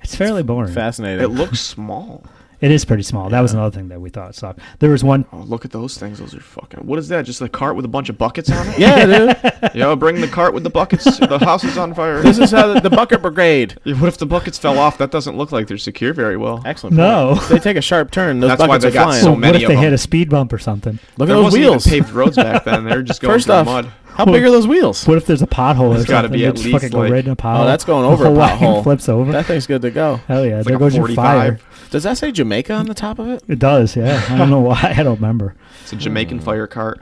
it's fairly boring. Fascinating. It looks small. It is pretty small. That was Yeah. another thing that we thought sucked. There was one. Oh, look at those things. Those are fucking. What is that? Just a cart with a bunch of buckets on it? yeah, dude. Yo, bring the cart with the buckets. The house is on fire. This is how the, the bucket brigade. Yeah, What if the buckets fell off? That doesn't look like they're secure very well. Excellent. No. point. They take a sharp turn. Those That's why buckets they are got flying. so Well, what many if of they hit them. a speed bump or something? Look at There those wasn't even wheels. paved roads back then. They're just going First through off, mud. how big are those wheels? What if there's a pothole or There's gotta something? be They at just least, fucking go like- right in a pothole. Oh, that's going The over a whole wagon pothole. Flips over. That thing's good to go. Hell yeah! It's there like goes a your fire. 45. Does that say Jamaica on the top of it? It does. Yeah. I don't know why. I don't remember. It's a Jamaican Mm. fire cart.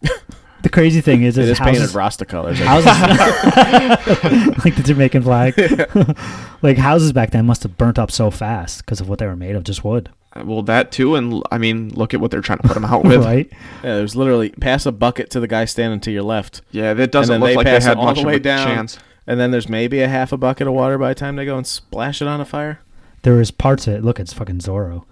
The crazy thing is, It is is painted houses, Rasta colors. houses like the Jamaican flag. like houses back then must have burnt up so fast because of what they were made of, just wood, Uh, Well, that too, and l- I mean, look at what they're trying to put them out with. right? Yeah, there's literally pass a bucket to the guy standing to your left. Yeah, that And doesn't then look they like they pass it had all much the of way a down. chance. And then there's maybe a half a bucket of water by the time they go and splash it on a fire. There was parts of it. Look, it's fucking Zorro.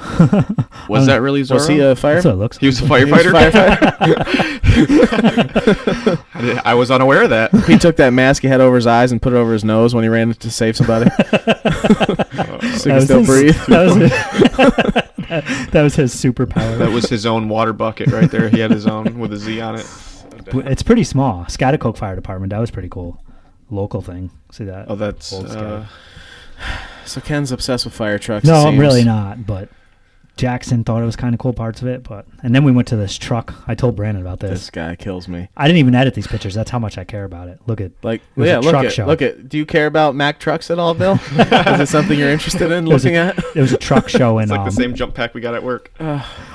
Was that really Zorro? Was he a fire? That's what it looks. He was a like. He was a firefighter. firefighter? I, did- I was unaware of that. he took that mask he had over his eyes and put it over his nose when he ran to save somebody. so he could was still his- breathe. That was his, that, that was his superpower. That was his own water bucket right there. He had his own with a Z on it. it's pretty small. Scotticoke Fire Department. That was pretty cool. Local thing. See that? Oh, that's. Old Sky. Uh, So Ken's obsessed with fire trucks. it no, I'm seems. really not. But Jackson thought it was kind of cool parts of it. But and then we went to this truck. I told Brandon about this. This guy kills me. I didn't even edit these pictures. That's how much I care about it. Look at Like, It was yeah, a look truck at, show. look at. Do you care about Mack trucks at all, Bill? Is it something you're interested in It was a- looking at? it was a truck show in it's like the um, same jump pack we got at work.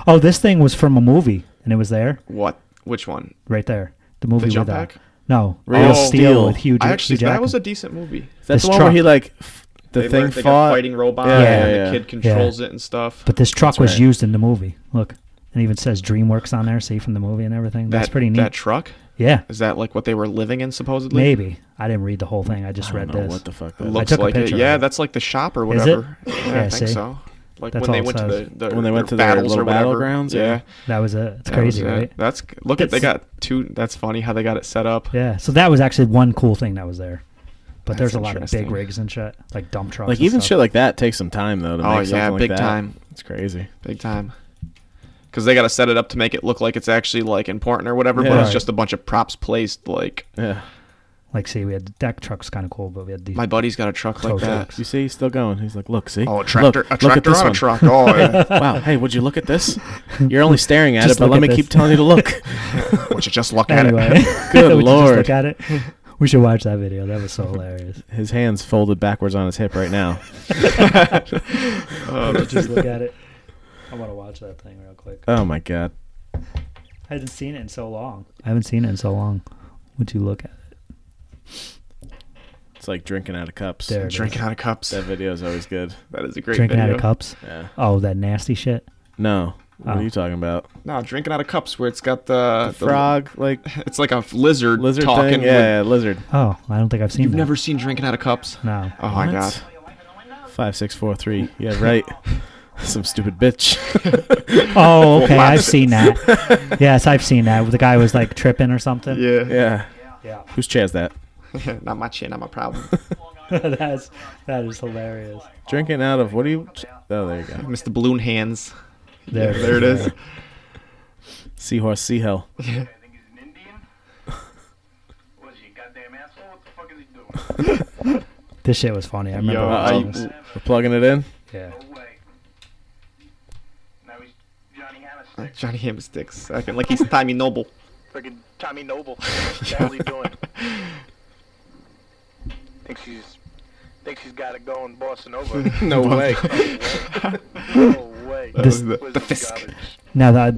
Oh, this thing was from a movie, and it was there, What? Which one? right there. The movie jump with uh, pack? no Real Real Steel, Steel. with Hugh. I actually. Hugh That was a Jackman. decent movie. That's This the one where truck. he like f- the They thing learned they got fought. fighting robots. Yeah, yeah, and yeah. The kid controls it and stuff. But this truck That's was right. used in the movie. Look, and it even says DreamWorks on there. See from the movie and everything. That's That- pretty neat. That truck. yeah, Is that like what they were living in supposedly? maybe. I didn't read the whole thing. I just I read don't know this. what the fuck. It That looks took a like it. picture of Yeah, it. that's like the shop or Is it? whatever. Yeah, Yeah, I see? think so. Like That's when they all it went to says. the, their- When they went their to their battles or little whatever. battlegrounds, yeah. Yeah. That was it. It's that was crazy, it. right? That's look at they That's- got two. That's funny how they got it set up. Yeah. So that was actually one cool thing that was there. But That's there's a lot of big interesting. rigs and shit, like dump trucks. like and even stuff. shit like that takes some time though to Oh make yeah, something like big that. time, It's crazy. big time. Because they got to set it up to make it look like it's actually like important or whatever, Yeah. but it's Right. just a bunch of props placed. Like Yeah. Like, see, we had the deck trucks, kind of cool, but we had these. my buddy's got a truck like Tow that. trucks. You see, he's still going. He's like, look, see. Oh, a tractor, Look, look a at tractor this on one. a truck. Oh, yeah. wow. Hey, would you look at this? You're only staring at Just it, look but let at me this. keep telling you to look. would you just look at anyway, it? Good we should lord. just look at it. We should watch that video. That was so hilarious. His hands folded backwards on his hip right now. Oh, Oh, We should just look at it. I want to watch that thing real quick. Oh my god. I haven't seen it in so long. I haven't seen it in so long. Would you look at it? It's like drinking out of cups. There. Drinking out of cups. That video is always good. That is a great Drinking video. out of cups. Yeah. Oh, that nasty shit. No. What Oh. are you talking about? No, drinking out of cups where it's got the, the- Frog, like It's like a lizard, lizard talking. thing. with- Yeah, yeah, lizard. Oh, I don't think I've seen. You've that. never seen drinking out of cups? No. Oh my What? god. Five, six, four, three. Yeah, right. Some stupid bitch. Oh, okay. I've seen that. yes, I've seen that. The guy was like tripping or something. Yeah. yeah. Yeah. Who's Chaz that? not my chin, not my problem. That's that is hilarious. Drinking out of what do you? Oh, there you go. Mr. Balloon Hands. There, There it is. Seahorse, sea hell. I think he's an Indian. Was he a goddamn asshole? What the fuck is he doing? This shit was funny. I remember. Uh, Yo, watching I- this. we're plugging it in. yeah. No way. Now he's Johnny Hammerstick. Johnny Hammersticks. Acting like he's Tommy Noble. Freaking Tommy Noble. What's the hell he doing? Thinks he's thinks he's got it going bossing over. No way. No way. This- The- Was the he Fisk. garbage? Now that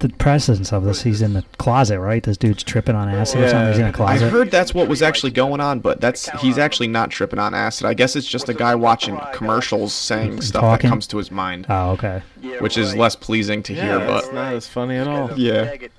the presence of this, he's in the closet, right? This dude's tripping on acid or something. He's in Yeah. a I closet. heard that's what was actually going on, but that's he's actually not tripping on acid. I guess it's just a guy watching commercials saying stuff Talking. that comes to his mind, oh, okay. Yeah, which is right. less pleasing to hear. Yeah, it's But not as funny at all. Guy's a Yeah. faggot.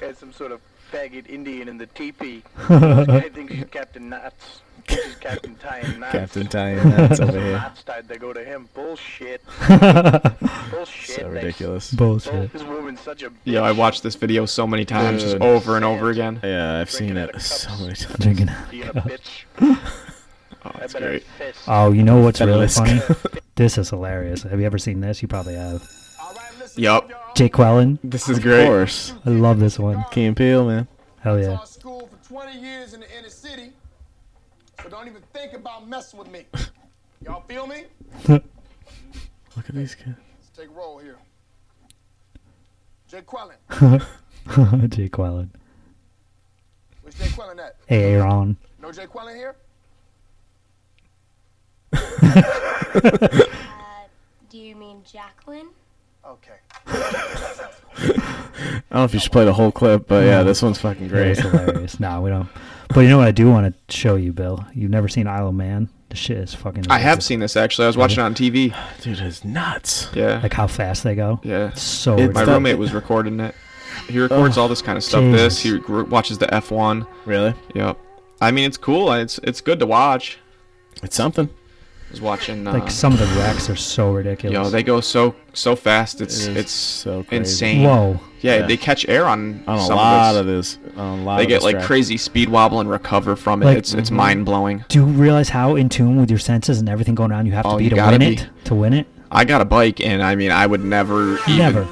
Guy's some sort of faggot Indian in the teepee. I think she's Captain Knots. She's Captain Tying Knots. Captain Tying Knots over here. Knots tied, they go to him. Bullshit. Bullshit. So They- ridiculous. Bullshit. This woman's such a bitch. Yeah, I watched this video so many times, just Dude. over and over again. Yeah, I've seen Drinking out it of so cups. many times. Drinking. out of You cups. bitch. Oh, I that's bet her great. fist. Ah, Oh, you know what's really funny? Fenelisk. This is hilarious. Have you ever seen this? You probably have. Yup. Jake Quellen. This is Of great. course. I love this one. Key and Peele, man. Hell yeah. Taught school for 20 years in the inner city, so don't even think about messing with me. Y'all feel me? Look at these kids. Let's take a roll here. Jay Quellen. Jake Quellen. Where's Jay Quellen at? Hey, Aaron. No Jay Quellen here? Do you mean Jacqueline? Okay. I don't know if you should play the whole clip, but yeah, this one's fucking That great. was hilarious. no, we don't. But you know what I do want to show you, Bill? You've never seen Isle of Man? The shit is fucking. I have ridiculous. seen this actually. I was watching it on TV. Dude, it's nuts. Yeah. Like how fast they go. Yeah. It's so It's My ridiculous. that- roommate was recording it. He records all this kind of stuff. This he Jesus. gr- watches the F1. Really? Yep. I mean, it's cool. It's it's good to watch. It's something. I was watching. Uh, like some of the wrecks are so ridiculous. yo, they go so so fast. It's It is it's so so crazy. insane. Whoa. Yeah, Yeah. they catch air on, On a some lot of of this. this. On a lot They of get this like track. crazy speed wobble and recover from it. Like- mm-hmm. it's it's mind blowing. Do you realize how in tune with your senses and everything going on you have to Oh, be you to gotta win be. it? To win it? I got a bike, and I mean, I would never even Never.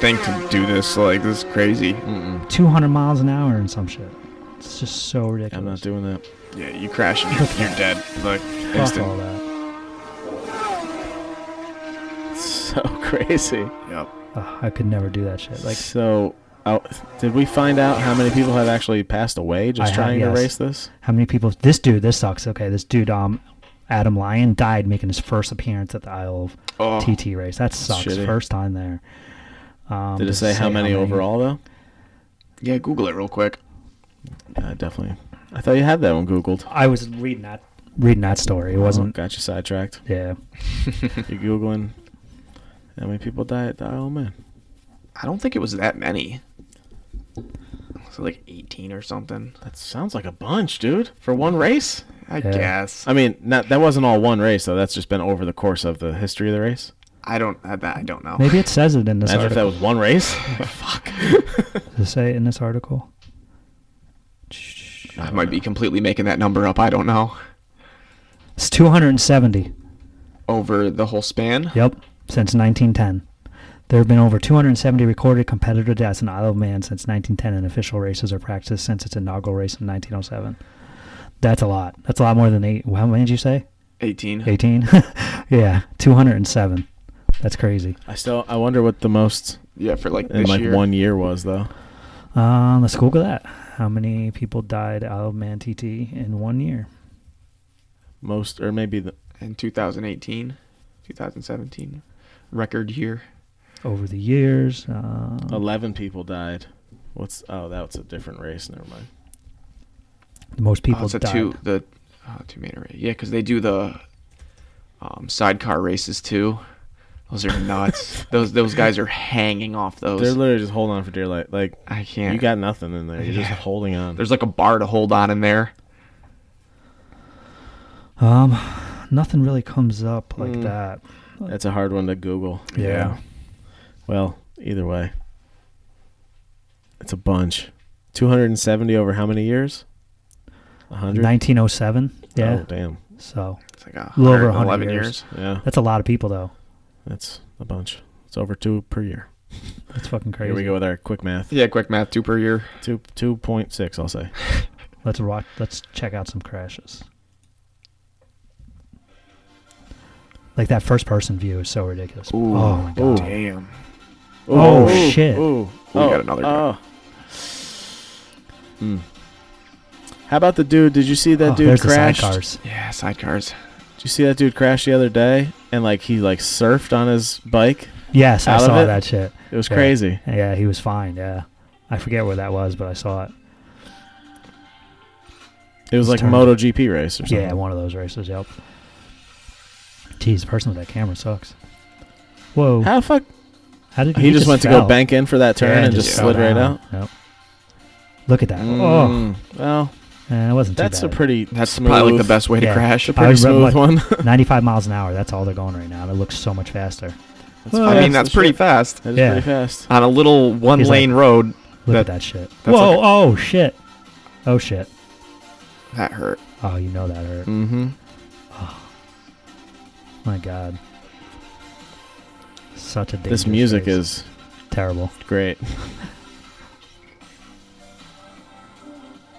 think to do this. Like this is crazy. Mm, 200 miles an hour and some shit. It's just so I'm not ridiculous. doing that. Yeah, you crash and you're, you're dead. Like Fuck all instant. that. So crazy. Yep. Ugh, I could never do that shit. Like, so, oh, did we find out how many people have actually passed away I just have, trying yes. to race this? how many people? This dude, this sucks. Okay, this dude, um, Adam Lyon died making his first appearance at the Isle of Oh. TT race. That sucks. shitty. First time there. Um, Did it does say how many overall though? Yeah, Google it real quick. Uh, definitely. I thought you had that one googled. Oh, I was reading that, reading that story. It wasn't. Got you sidetracked. Yeah, You're googling how many people die at the Isle of Man. I don't think it was that many. Was it like 18 or something? That sounds like a bunch, dude, for one race. I Yeah. guess. I mean, not, that wasn't all one race though. That's just been over the course of the history of the race. I don't. I, that I don't know. maybe it says it in this Imagine if that article. was one race. Fuck. Does it say it in this article? I might be completely making that number up. I don't know. It's 270. Over the whole span. Yep, since 1910. There have been over 270 recorded competitor deaths in Isle of Man since 1910, and official races are practiced since its inaugural race in 1907. That's a lot. That's a lot more than eight. How many did you say? 18. 18? yeah, 207. That's crazy. I still. I wonder what the most Yeah, for like in this like year. one year was though. Uh, let's Google that. How many people died Isle of Man TT in one year? Most or maybe the in 2018, 2017, record year. Over the years, uh, eleven people died. What's oh that's a different race. Never mind. the most people Oh, it's a died. two the uh, two main array. Yeah, because they do the um, sidecar races too. Those are nuts. those those guys are hanging off those. They're literally just holding on for dear life. Like I can't. you got nothing in there. You're Yeah. just holding on. There's like a bar to hold on in there. Um, nothing really comes up like Mm. that. That's a hard one to Google. Yeah. Well, either way, it's a bunch. 270 over how many years? 100. 1907. Yeah. Oh, damn. So It's like a Little over 100 111 years. years. Yeah, that's a lot of people, though. that's a bunch. It's over two per year. That's fucking crazy. Here we go with our quick math. Yeah, quick math, two per year. Two two point six, I'll say. Let's rock. Let's check out some crashes. Like that first person view is so ridiculous. Oh my god. damn. Oh, shit. Ooh. Oh. We got another guy. Hmm. How about the dude? Did you see that Oh, dude there's crash? the sidecars. Yeah, sidecars. Did you see that dude crash the other day? And like he like surfed on his bike. Yes, I Out of saw it? that shit. It was Yeah. crazy. Yeah, he was fine. Yeah, I forget where that was, but I saw it. It was like Just a turn- Moto GP race or something. Yeah, one of those races. Yep. Geez, the person with that camera sucks. Whoa! How, How the fuck? did He, just, went to fell? go bank in for that turn Yeah, and just fell slid right down. out. Yep. Look at that. Oh, Well, eh, it wasn't too that's a bad. pretty. That's smooth, probably like the best way Yeah. to crash. Pretty I was smooth right- one. 95 miles an hour. That's all they're going right now. and It looks so much faster. Well, I mean, fast that's as pretty shit. fast That is Yeah. pretty fast. on a little one-lane road. Look at That- that shit. that's Whoa! like a- oh shit! Oh shit! That hurt. Oh, you know that Mm. hurt. Mm-hmm. My God. Such a dangerous This music race. is terrible. great.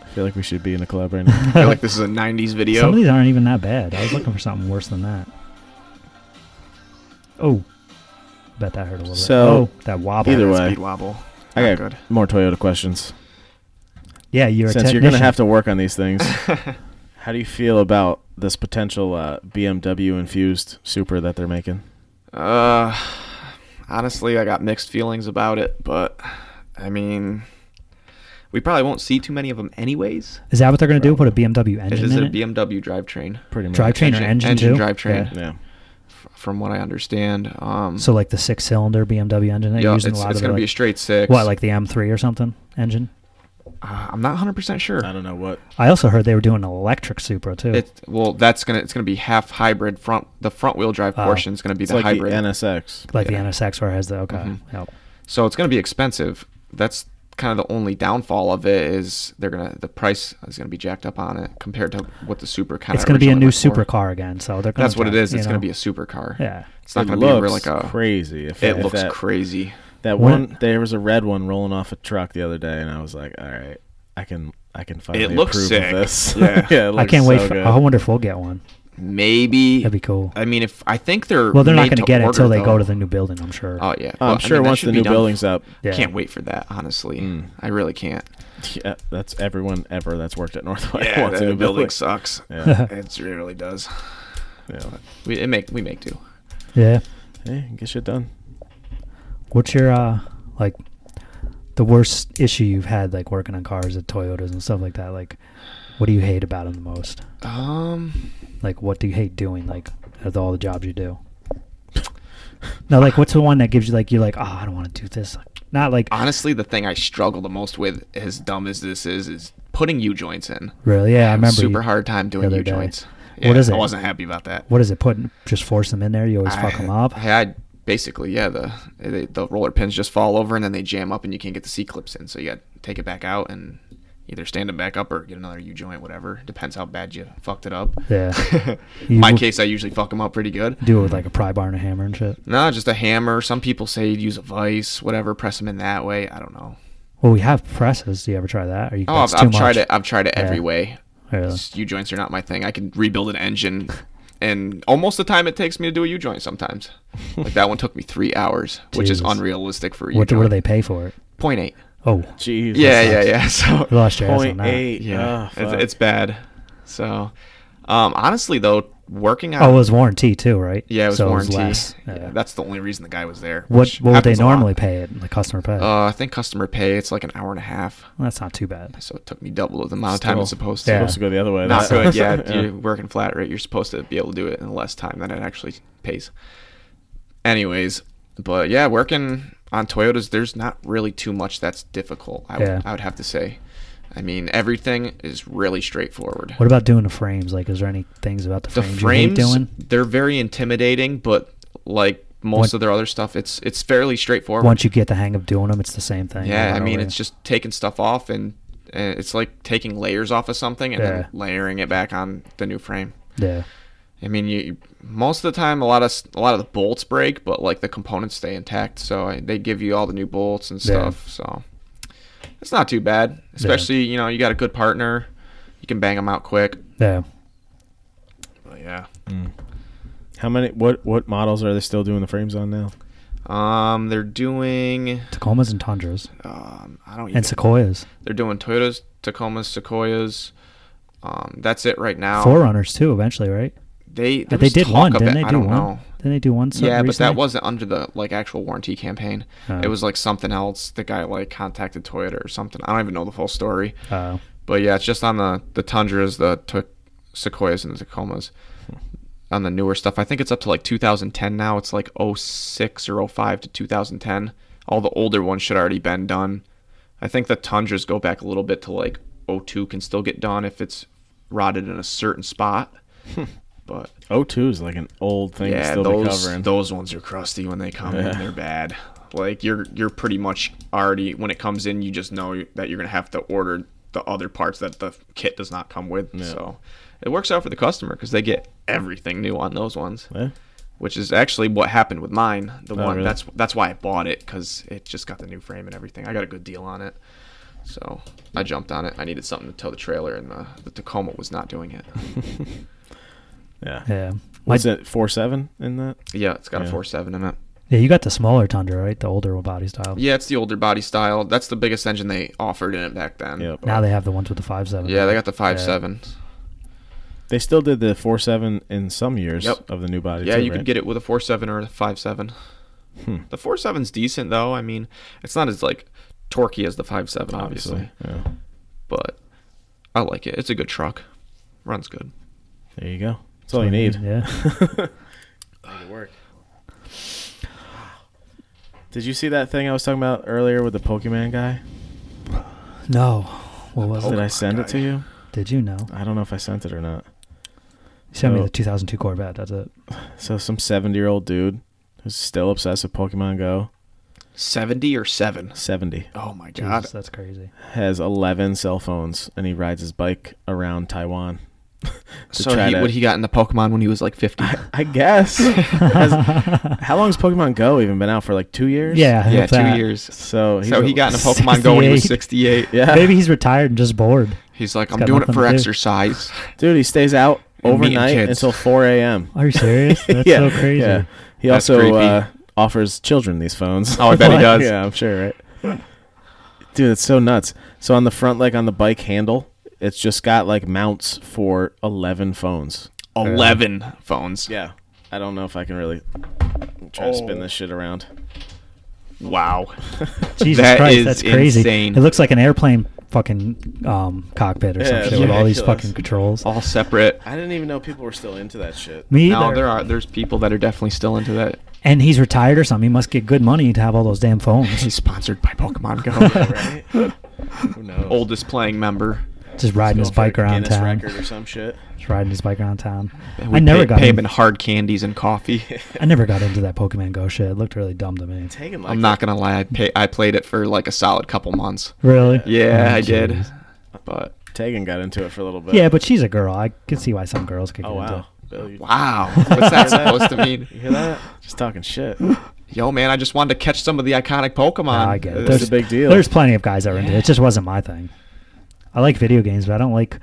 I feel like we should be in a club right now. I feel like this is a '90s video. Some of these aren't even that bad. I was looking for something worse than that. Oh, bet that hurt a little So, bit. Oh, that wobble. either That way. speed wobble. I Not got good. more Toyota questions. Yeah, you're a Since technician. you're going to have to work on these things, how do you feel about this potential uh, BMW infused Super that they're making? Uh, honestly, I got mixed feelings about it, but I mean, we probably won't see too many of them anyways. Is that what they're going to do? Put a BMW It engine is in a it? BMW drivetrain, Pretty much. drivetrain or engine, engine- engine too? drivetrain. Yeah. Yeah. f- from what I understand. Um, So like the six-cylinder BMW engine. That yeah, you're it's, using a lot it's of gonna the, be a like, straight six. what, like the M3 or something engine. uh, I'm not 100 percent sure. I don't know what. I also heard they were doing an electric Supra too. It well, that's gonna it's gonna be half hybrid front. The front wheel drive Oh. portion is gonna be It's the like hybrid. the NSX. like yeah. Mm-hmm. the NSX where it has the okay. Yep. so it's gonna be expensive. That's kind of the only downfall of it is they're gonna the price is gonna be jacked up on it compared to what the super kind of. It's going to be a new supercar again. So they're. Gonna That's what it try, is. you It's gonna know? be a supercar. Yeah. It's not it gonna be looks real like a. crazy. If, it if looks that, crazy. That What- one, there was a red one rolling off a truck the other day, and I was like, "All right, I can, I can finally looks approve sick. of this." Yeah. yeah. It I looks can't wait. so For, good. I wonder if we'll get one. Maybe. That'd be cool. I mean, if I think they're Well, they're not made going to to get it order, until they go though. to the new building. I'm sure. Oh yeah, I'm Well, I sure mean, that once should the be new done. building's up, Mm. Yeah. Can't wait for that. Honestly, I really can't. yeah, that's everyone ever that's worked at Northwest. Yeah, wants the a new new building building. sucks. Yeah. it really does. yeah. We it make we make do. Yeah. Hey, get shit done. What's your uh like the worst issue you've had like working on cars at Toyotas and stuff like that? Like, what do you hate about them the most? Um, Like, what do you hate doing? Like, out of all the jobs you do. No, like, what's the one that gives you like you're like, oh, I don't want to do this. Not like honestly, the thing I struggle the most with, as dumb as this is, is putting U joints in. really. Yeah, I Have remember. super you- hard time doing other U day. joints. What is I it? wasn't happy about that. What is it? Putting just force them in there. You always fuck 'em fuck them up. I, I basically yeah the they, the roller pins just fall over and then they jam up and you can't get the C clips in, so you got to take it back out and either stand it back up or get another U joint, whatever. Depends how bad you fucked it up. Yeah. You In my w- case, I usually fuck them up pretty good. Do it with like a pry bar and a hammer and shit. No, just a hammer. Some people say you'd use a vice, whatever. Press them in that way. I don't know. Well, we have presses. Do you ever try that? Or you, Oh, that's I've, too I've tried much? it. I've tried it every Yeah. way. Really? U joints are not my thing. I can rebuild an engine, and almost the time it takes me to do a U joint sometimes. Like that one took me three hours, which is Jesus. unrealistic for you. What, what do they pay for it? Point eight. Oh, Jeez. Yeah, yeah, yeah. So you lost your ass on Point that. eight. yeah, Oh, it's, fuck. it's bad. So, um, honestly though, working on Oh, it was warranty too, right? yeah, it was so warranty. It was less. Yeah, Yeah. that's the only reason the guy was there. what which what would they happens a lot. normally pay it? The customer pay. Uh, I think customer pay. It's like an hour and a half. Well, that's not too bad. so it took me double the amount of time it's Still. supposed Yeah. to. supposed to go the other way. Not That- good. Yeah, you're working flat rate. You're supposed to be able to do it in less time than it actually pays. Anyways, but yeah, working on Toyotas, there's not really too much that's difficult. I, Yeah. would, I would have to say. I mean, everything is really straightforward. What about doing the frames? Like, is there any things about the, The frames, frames, you hate doing? they're very intimidating, but like most Once- of their other stuff, it's it's fairly straightforward. Once you get the hang of doing them, it's the same thing. Yeah, over I and mean, over it's just taking stuff off, and uh, it's like taking layers off of something and Yeah. then layering it back on the new frame. again. I mean, you you- most of the time a lot of s- a lot of the bolts break, but like the components stay intact, so I, they give you all the new bolts and Yeah. stuff. So it's not too bad, especially you know you got a good partner, you can bang them out quick. yeah, yeah. But yeah, How many? What what models are they still doing the frames on now? um, they're doing Tacomas and Tundras um, I don't even, and Sequoias, they're doing Toyotas, Tacomas, Sequoias. Um, that's it right now. Forerunners too. Eventually, right? They But there they was did talk one, of didn't it. they? I do don't one? know. Didn't they do one? so- yeah, but that recently? wasn't under the like actual warranty campaign. Oh. It was like something else. The guy like contacted Toyota or something. I don't even know the full story. Oh. But yeah, it's just on the the Tundras, the t- Sequoias, and the Tacomas. On the newer stuff, I think it's up to like 2010 now. It's oh like 06 or 05 to 2010. All the older ones should already been done. I think the Tundras go back a little bit to like 02 can still get done if it's rotted in a certain spot. but O2 is like an old thing to yeah, still be those covering. those ones are crusty when they come in. They're bad. Like you're you're pretty much already when it comes in, you just know that you're gonna have to order the other parts that the kit does not come with. So it works out for the customer because they get everything new on those ones, Yeah. Oh, which is actually what happened with mine. The one really? that's that's why I bought it because it just got the new frame and everything. I got a good deal on it. So I jumped on it. I needed something to tow the trailer, and the, the Tacoma was not doing it. Yeah. Yeah. My, Was it four seven in that? Yeah, it's got a Yeah. four seven in it. yeah, you got the smaller Tundra, right? The older body style. Yeah, it's the older body style. That's the biggest engine they offered in it back then. Yep. Now they have the ones with the five seven. Yeah, they got the five Yeah. seven. They still did the four seven in some years Yep. of the new body. Yeah, too, you right? could get it with a four seven or a five seven. The four seven's decent though. I mean, it's not as like torquey as the five seven, obviously, obviously. Yeah. but I like it. It's a good truck. Runs good. There you go. That's all you need. Yeah. Did you see that thing I was talking about earlier with the Pokemon guy? no. What Oh was Did it? I send it to you? Did you know? I don't know if I sent it or not. You sent me No. the 2002 Corvette. That's it. So some seventy year old dude who's still obsessed with Pokemon Go, Seventy or seven. seventy, Oh my god. Jesus, that's crazy. has eleven cell phones and he rides his bike around Taiwan. to So try he, to- what he got in the Pokemon when he was like fifty. I guess. Has- how long's Pokemon Go even been out for? Like two years. Yeah. yeah, if that. two years. So he's So he a- got in a Pokemon Go when he was 68. sixty-eight. Yeah. Maybe he's retired and just bored. He's like, I'm got doing it nothing for to do. exercise. Dude, he stays out And meeting overnight kids. until 4 a.m. Are you serious? That's so crazy. He That's also creepy. uh, offers children these phones. Oh, I bet he Like, does. Yeah, I'm sure, right? Dude, it's so nuts. So on the front, like on the bike handle, it's just got like mounts for 11 phones. Eleven phones. Yeah. Oh. I don't know if I can really try to spin this shit around. Wow. Jesus That Christ, is that's crazy. insane. It looks like an airplane fucking um, cockpit or some Yeah, shit with all these ridiculous. fucking controls. All separate. I didn't even know people were still into that shit. Me either. No, there are. There's people that are definitely still into that. And he's retired or something. He must get good money to have all those damn phones. He's sponsored by Pokemon Go. Right? Who knows? Oldest playing member. Just riding his Go for a bike around Guinness town. record or some shit. Just riding his bike around town. And I never pay, got pay in- him in hard candies and coffee. I never got into that Pokemon Go shit. It looked really dumb to me. Taking like I'm not gonna lie. I, pay, I played it for like a solid couple months. Really? Yeah, Oh, I did. jeez. But Tegan got into it for a little bit. Yeah, but she's a girl. I can see why some girls could get Oh into wow. it. Bill, you, wow, what's that supposed to mean? you hear that? Just talking shit. Uh, Yo, man, I just wanted to catch some of the iconic Pokemon. No, I get it. Uh, There's- a big deal. There's plenty of guys that were into it. It just wasn't my thing. I like video games, but I don't like.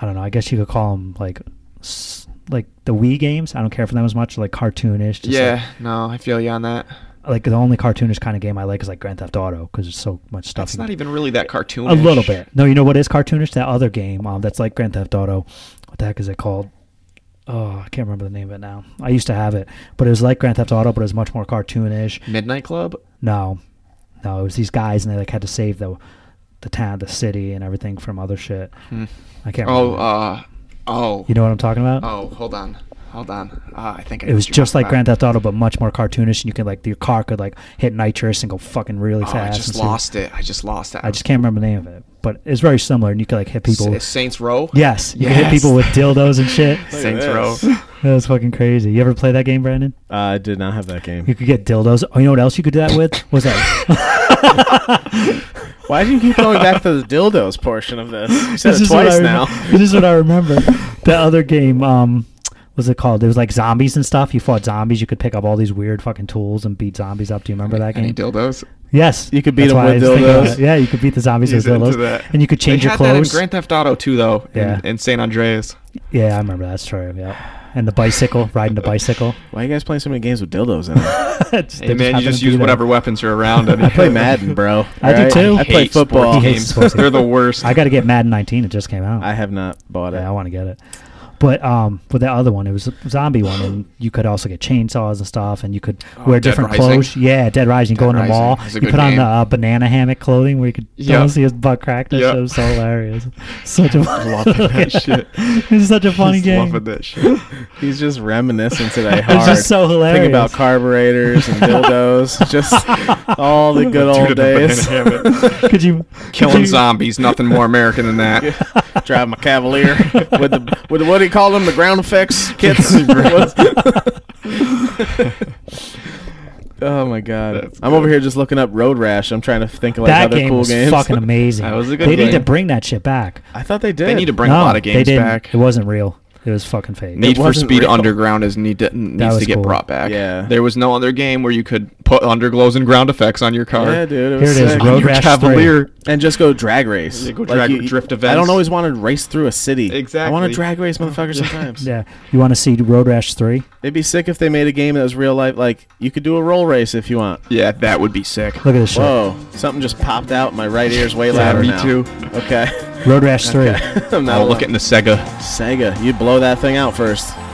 I don't know. I guess you could call them like, s- like the Wii games. I don't care for them as much. Like cartoonish. Just yeah, no, I feel you on that. Like, like the only cartoonish kind of game I like is like Grand Theft Auto because there's so much stuff. It's you can- not even really that cartoonish. a little bit. No, you know what is cartoonish? That other game um, that's like Grand Theft Auto. What the heck is it called? Oh, I can't remember the name of it now. I used to have it, but it was like Grand Theft Auto, but it was much more cartoonish. Midnight Club. No, no, it was these guys, and they like had to save the the town, the city, and everything from other shit. I can't. Oh, remember. uh, oh, you know what I'm talking about? oh, hold on, hold on. Uh, I think I it was just like Grand. Grand Theft Auto, but much more cartoonish, and you could like your car could like hit nitrous and go fucking really Oh, I fast. just and see- lost it. I just lost it. I just can't remember the name of it, but it's very similar, and you could like hit people. S- Saints Row. yes, you could hit Yes. people with dildos and shit. Saints this. Row. That was fucking crazy. You ever play that game, Brandon? Uh, I did not have that game. You could get dildos. Oh, you know what else you could do that with? What's that? Why do you keep going back to the dildos portion of this? You said This it is what I twice now. remem- this is what I remember. The other game, um, was it called? It was like zombies and stuff. You fought zombies. You could pick up all these weird fucking tools and beat zombies up. Do you remember that Any game? dildos? Yes. You could beat That's them why I with was thinking about dildos. it. Yeah, you could beat the zombies with He's into dildos, that. and you could change they your had that in clothes. Grand Theft Auto too, though. Yeah. In, in San Andreas. yeah, I remember that's true. Yeah, and the bicycle, riding the bicycle. Why are you guys playing so many games with dildos in it? It's- they Hey man, happen you just to be use there. whatever weapons are around. And I play Madden, bro. I do Alright? too. I play Hate sports football. games. They're the worst. I got to get Madden 19. It just came out. I have not bought it. yeah, I want to get it. But um, with that other one, it was a zombie one, and you could also get chainsaws and stuff, and you could wear Oh, Dead different Rising? clothes. Yeah, Dead Rising. go Dead in the Rising mall. is a You good put on game. the uh, banana hammock clothing where you could Yeah. totally see his butt crack. That Yeah. shit was so hilarious. Such a loving that shit. It's such a funny He's game. loving that shit. He's just reminiscing today It's hard. just so hilarious. Think about carburetors and dildos. just all the good Dude old in a banana days. hammock. Could you Killing could you- zombies, nothing more American than that. Drive my Cavalier with the with the, what do you call them? The ground effects kits. oh my god! That's I'm over here just looking up Road Rash. I'm trying to think of like That other game cool was games. fucking amazing. That was a good they need to game. bring that shit back. I thought they did. They need to bring no, a lot of they games didn't. back. It wasn't real. It was fucking fake. Need for wasn't Speed real. Underground is need to, needs was to get cool. brought back. Yeah. There was no other game where you could put underglows and ground effects on your car. Yeah, dude. It Here was it is, sick. On Road your Rash Cavalier. and just go drag race. Yeah, go drag- drift I don't events. always want to race through a city. I want Exactly. to drag race motherfuckers sometimes. Yeah, you want to see Road Rash three? It'd be sick if they made a game that was real life. Like you could do a roll race if you want. Yeah, that would be sick. Look at this shit. Whoa! Something just popped out. My right ear's way Yeah, louder me now. too. Okay. Road Rash three. I'm not I'll look alone. at the Sega. Sega. You blow that thing out first.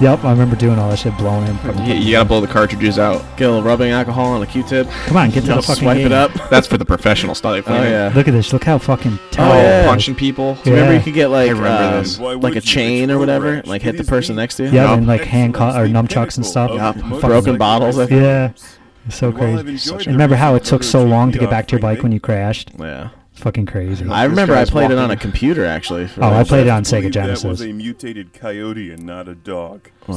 Yep, I remember doing all that shit, blowing him. You, you gotta blow the cartridges out. Kill rubbing alcohol on a Q-tip. Come on, get to the Just fucking swipe game. it up. That's for the professional style. Oh yeah. Look at this. Look how fucking Oh, tall. yeah. Punching people. Yeah. Remember you could get like remember uh, this. Why would like a you chain or explore whatever, rocks? like It hit the is person the- next to you. Yeah, Yup. and like handcuffs or Excellence, the nunchucks and stuff. pinnacle Yup. of your Broken motorcycle bottles, I racing. think. Yeah, it's so And while I've crazy. enjoyed And the remember how it research took into so the long to get back to your offering, bike when you crashed? Yeah. It's fucking crazy. I remember I guy's played it on a walking. computer actually. for Oh, I Road played it Rash. on Sega believe That was Genesis. a mutated coyote and not a dog. So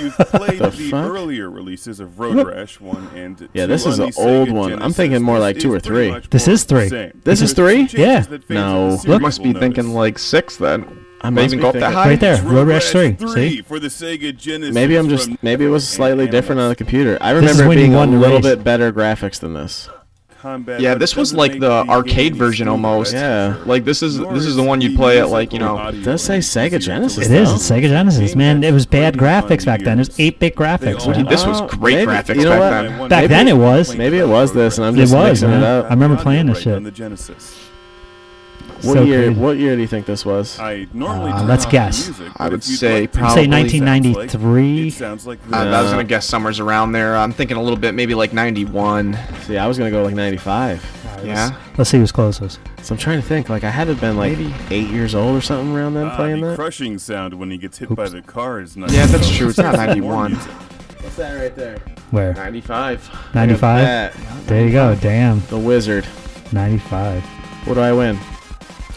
you've played The the, fuck? earlier releases of Road Rash one and Yeah, two this is on an the old Sega one. I'm Genesis, thinking more this like two is or pretty three. much This more is of the three. same. This There's is three? some changes Yeah. that fans of No. the Look. series You must be will notice. thinking like six then. I They must even be go up that thinking- high. Right there. It's Road Rash 3. three See? for the Sega Genesis. Maybe I'm from just maybe it was slightly and different on the Animals computer. I This is remember when you being a won the little race. bit better graphics than this. Combat, Yeah, but this it was doesn't like make the game arcade any version smoother, almost. that's Yeah. for sure. Like this is Nor this is the is one you the play at like you musical know. audio does say and Sega easier to Genesis, It listen is to. it's Sega Genesis, man. It was bad graphics back then. It was eight bit graphics. Dude, man. This was Oh, great maybe. graphics You know back what? then. Back Maybe- then it was. Maybe it was this, and I'm It just was. mixing Man. it up. I remember playing this Copyright on the shit. Genesis. What So year? crazy. What year do you think this was? I normally Uh, turn let's off the guess. music, I but would if you'd say like to- probably- Say 1993. It sounds like uh, I, this. I Uh, was gonna guess somewhere's around there. I'm thinking a little bit, maybe like 91. See, I was gonna go like '95. Yeah. Let's see who's closest. So I'm trying to think. Like I had to have been like eight years old or something around then Ah, playing the that. crushing sound when he gets hit by the car is nice. Yeah, that's true. It's not 91. What's that right there? Where? 95. Ninety five. That. There you go. Damn. The Wizard. Ninety five. What do I win?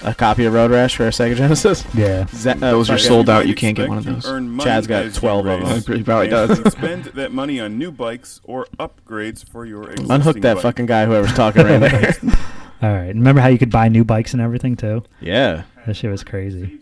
A copy of Road Rash for a Sega Genesis? Yeah. Ze- uh, Those are fucking- sold out. You can't get one of those. Chad's got 12 of them. He probably does. spend that money on new bikes or upgrades for your existing Unhook that bike. fucking guy whoever's talking right there. All right. Remember how you could buy new bikes and everything too? yeah. That shit was crazy.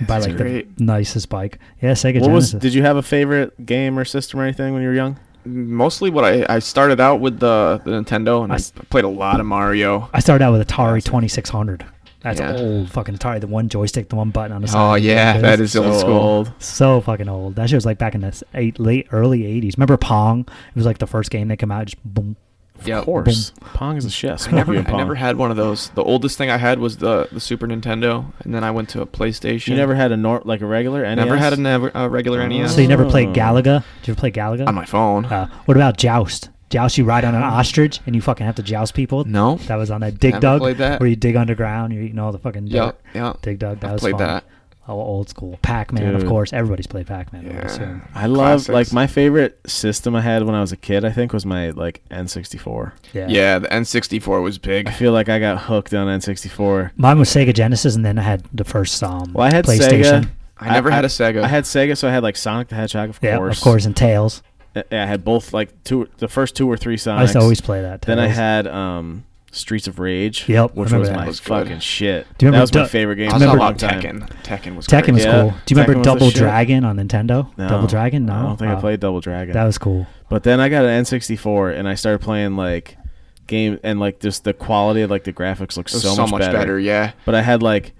buy that's like great. the nicest bike. Yeah, Sega What was? Genesis. Did you have a favorite game or system or anything when you were young? Mostly what I, I started out with the, the Nintendo and I I, s- played a lot of Mario. I started out with Atari twenty six hundred. That's Yeah. old fucking Atari. The one joystick, the one button on the side. Oh yeah, It that was is old So school. old. So fucking old. That shit was like back in the s- eight, late early eighties. Remember Pong? It was like the first game that came out. Just boom. Yeah, Of course. Pong is a shit. I never, I never had one of those. The oldest thing I had was the, the Super Nintendo, and then I went to a PlayStation. You never had a nor- like a regular E NES? never had a, E never, a regular NES So you never played Oh. Galaga? Did you ever play Galaga? on my phone. Uh, what about Joust? Joust, you ride on an ostrich and you fucking have to joust people. No. that was on that Dig Never Dug, played that. where you dig underground, you're eating all the fucking Yeah, dirt. yeah. Dig Dug, that I was played fun. that. Oh, old school. Pac Man, of Dude. course. Everybody's played Pac Man. I would Yeah. assume. I love Classics. like my favorite system I had when I was a kid. I think was my like N64. Yeah. Yeah, the N64 was big. I feel like I got hooked on N64. Mine was Sega Genesis, and then I had the first um, Well, I had PlayStation. Sega. I never had a Sega. I had Sega, so I had like Sonic the Hedgehog, of Yeah, course. of course, and Tails. Uh, yeah, I had both like two, the first two or three Sonics. I used to always play that. Then I Tails. had um, Streets of Rage. Yep, I which remember was that. my Was good. fucking shit. Do you remember that was my Du- favorite game. I Do was you for a remember- all long about time. Tekken. Tekken was Tekken great. was Yeah. cool. Do you remember Tekken was the Double shit. Dragon on Nintendo? No, Double Dragon? No. I don't think I Oh, played Double Dragon. That was cool. But then I got an N64 and I started playing like game and like just the quality of like the graphics looks It was so, much, better. Yeah, But I had like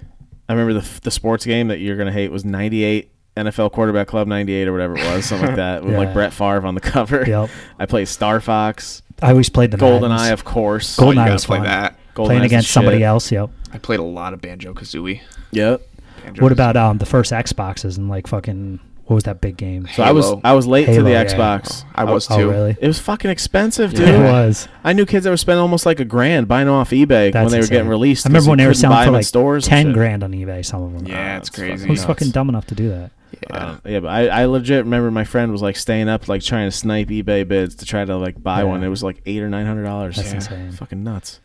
I remember the the sports game that you're gonna hate was '98 NFL Quarterback Club '98 or whatever it was, something like that with Yeah. like Brett Favre on the cover. Yep. I played Star Fox, I always played the Golden Maddens. Eye, of course. Golden- Oh, you Goldeneye gotta was play fun. that. Golden playing Eye's the against somebody shit. else. Yep. I played a lot of Banjo Kazooie. Yep. Andrew What was- about um the first Xboxes and like fucking what was that big game? So I was Halo. I was late Halo, to the yeah. Xbox. I was Oh too. really? It was fucking expensive, dude. It was. I knew kids that were spending almost like a grand buying them off eBay That's when they were insane. getting released. I 'cause remember you when they were couldn't buy selling for them in like stores and ten shit. grand on eBay. Some of them. Yeah, it's it's fucking crazy. Who's nuts. fucking dumb enough to do that? Yeah. Yeah, but I, I legit remember my friend was like staying up, like trying to snipe eBay bids to try to like buy Yeah. one. It was like eight or nine hundred dollars. That's yeah. insane. Fucking nuts.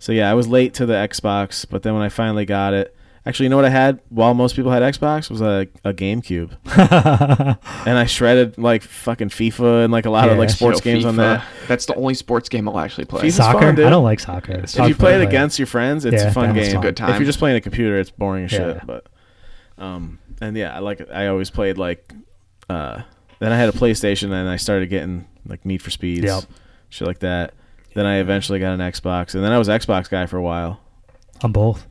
So yeah, I was late to the Xbox, but then when I finally got it, actually, you know what I had while most people had Xbox was a, a GameCube, and I shredded like fucking FIFA and like a lot of Yeah. like sports Yo, games on FIFA. that. That's the only sports game I'll actually play. FIFA's soccer? fun, dude. I don't like soccer. If you Soccer, play I it against your friends, it's Yeah, a fun that was game. fun. Good time. If you're just playing a computer, it's boring as Yeah. shit. But um, and yeah, I like I always played like uh. Then I had a PlayStation and I started getting like Need for Speeds, Yep. shit like that. Then I eventually got an Xbox, and then I was Xbox guy for a while. on both.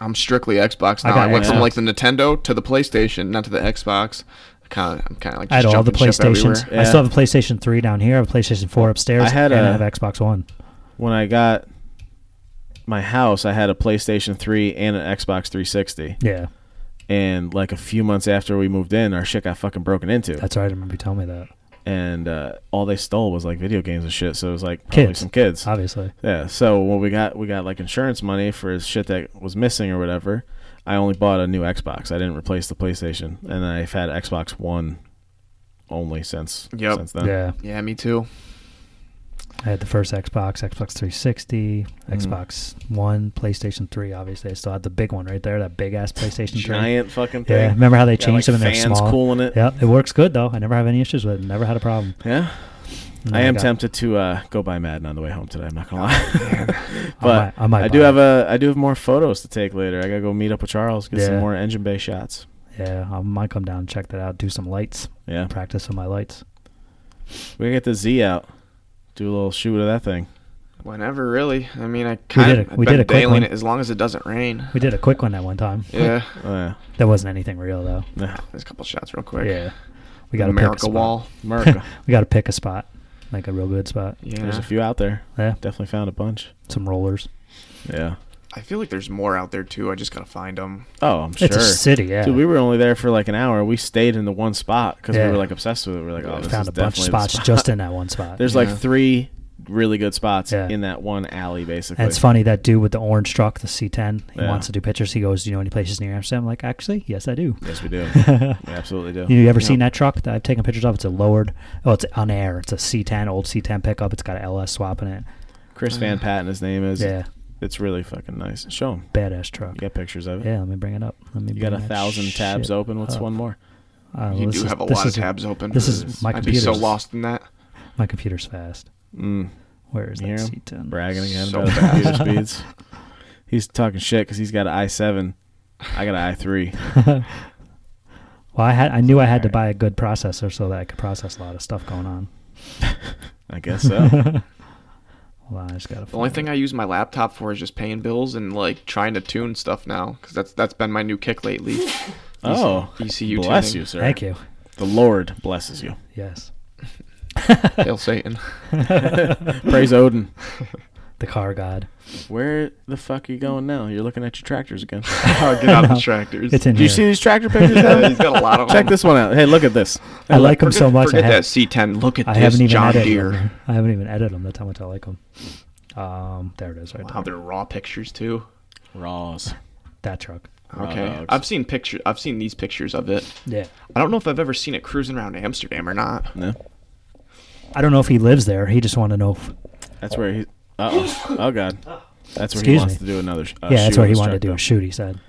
I'm strictly Xbox I now. I, got went from Xbox. like the Nintendo to the PlayStation, not to the Xbox. I kind of, I'm kind of like I had just all the jumping ship PlayStations. everywhere. I Yeah. still have a PlayStation 3 down here. I have a PlayStation 4 upstairs. I had and I a- have Xbox One. When I got my house, I had a PlayStation 3 and an Xbox 360. Yeah, And like a few months after we moved in, our shit got fucking broken into. that's right. I remember you telling me that. and uh, all they stole was like video games and shit. So it was like probably Kids. some kids. Obviously, Yeah. So when we got we got like insurance money for his shit that was missing or whatever, I only bought a new Xbox. I didn't replace the PlayStation, and I've had Xbox One only since Yep. since then. yeah. Yeah, me too. I had the first Xbox, Xbox 360, Mm. Xbox One, PlayStation 3. Obviously, I still had the big one right there, that big ass Playstation 3. Giant fucking thing. Yeah, remember how they Got, changed like, them and they're fans small? cooling it. Yeah, it works good though. I never have any issues with it. Never had a problem. Yeah. And I then am got- tempted to uh, go buy Madden on the way home today. I'm not gonna lie, might- but I I, might do buy have a I do have more photos to take later. I gotta go meet up with Charles get Yeah. some more engine bay shots. Yeah, I might come down and check that out. Do some lights. Yeah, Practice some of my lights. we gotta get the Z out, do a little shoot of that thing. Whenever, really. I mean, I kind did a- of we been did a quick bailing one. it as long as it doesn't rain. We did a quick one that one time. Yeah, Oh, yeah. That wasn't anything real though. Yeah. there's a couple shots real quick. Yeah, we got to pick a America spot. Wall. America. We got to pick a spot, like a real good spot. There's Yeah, a few out there. Yeah, Definitely found a bunch. some rollers. Yeah. I feel like there's more out there too. I just gotta find them. Oh, I'm sure. It's a city. Yeah, Dude, we were only there for like an hour. We stayed in the one spot because Yeah. we were like obsessed with it. We are like, oh, this found is a bunch of definitely the spots spot. just in that one spot. There's Yeah. like three really good spots Yeah. in that one alley, basically. And it's funny that dude with the orange truck, the C10. He Yeah. wants to do pictures. He goes, "Do you know any places near Amsterdam?" I'm like, "Actually, yes, I do." Yes, we do. we absolutely do. You ever Yeah. seen that truck that I've taken pictures of? It's a lowered. Oh, it's on air. It's a C10, old C10 pickup. It's got an LS swap in it. Chris Van Patten, his name is. Yeah, It's really fucking nice. Show him. badass truck. You got pictures of it. Yeah, let me bring it up. Let me. You got a bring that thousand tabs shit open. What's up. one more? Uh, You this do is- have a this lot of is tabs open. This is my I'd be so computer's lost in that. My computer's fast. Mm. Where is that You hear him? C10? Bragging again So about his computer bad. speeds. He's talking shit because he's got an i7. I got an i3. Well, I had I knew I had to buy a good processor so that I could process a lot of stuff going on. I guess so. Well, I just got The only thing I use my laptop for is just paying bills and like trying to tune stuff now, because that's that's been my new kick lately. Oh, ECU bless tuning. you, sir. Thank you. The Lord blesses you. Yes, Hail Satan. Praise Odin. the car god. Where the fuck are you going now? You're looking at your tractors again. Oh, get out the tractors. It's in Do here. you see these tractor pictures? Yeah, Adam? he's got a lot of Check them. this one out. Hey, look at this. I like them so much. I, Forget have, that C10. Look at I this haven't even John edited Deere. 'em. I haven't even edited them. That's how much I like them. Um, there it is, right Wow, there. they're raw pictures too. Raws. That truck. Raw Okay, dogs. I've seen picture. I've seen these pictures of it. Yeah. I don't know if I've ever seen it cruising around Amsterdam or not. No, I don't know if he lives there. He just wanted to know. If, that's where he. Uh oh. Oh god. That's where Excuse he wants me. to do another. sh- Uh, yeah, that's shoot where on he this wanted to truck, do though. a shoot. He said.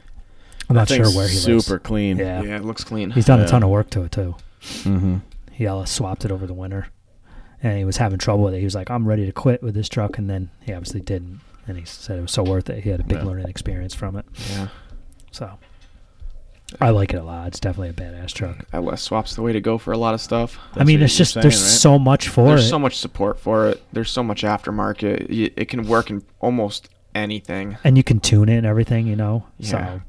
I'm not That sure thing's where he lives. Super clean. Yeah. Yeah, it looks clean. He's done Yeah. a ton of work to it too. Mhm. He all swapped it over the winter, and he was having trouble with it. He was like, "I'm ready to quit with this truck," and then he obviously didn't. And he said it was so worth it. He had a big Yeah. learning experience from it. Yeah, So I like it a lot. It's definitely a badass truck. that less swaps the way to go for a lot of stuff. I mean, what it's you're just saying, there's right? so much for There's it. so much support for it. There's so much aftermarket. Y- It can work in almost anything. and you can tune it and everything, you know. Yeah. So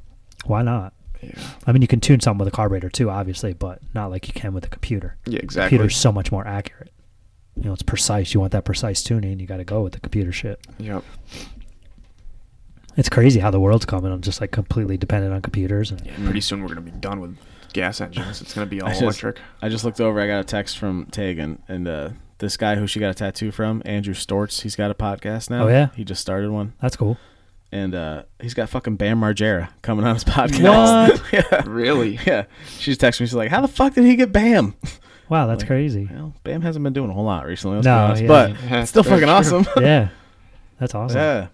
why not? Yeah, I mean, you can tune something with a carburetor too, obviously, but not like you can with a computer. yeah exactly. Computer's so much more accurate. You know, it's precise. You want that precise tuning. You got to go with the computer shit. Yep. It's crazy how the world's coming. I'm just like completely dependent on computers. And Pretty soon we're gonna be done with gas engines. It's gonna be all I just, electric. I just looked over. I got a text from Tegan and uh, this guy who she got a tattoo from, Andrew Stortz. He's got a podcast now. Oh, yeah? he just started one, that's cool. and uh, he's got fucking Bam Margera coming on his podcast. yeah, Really? yeah. She just texted me. She's like, "How the fuck did he get Bam?" Wow, that's crazy. Well, Bam hasn't been doing a whole lot recently. Let's No, be honest, yeah. but it's still fucking That's true. awesome. Yeah, that's awesome. yeah.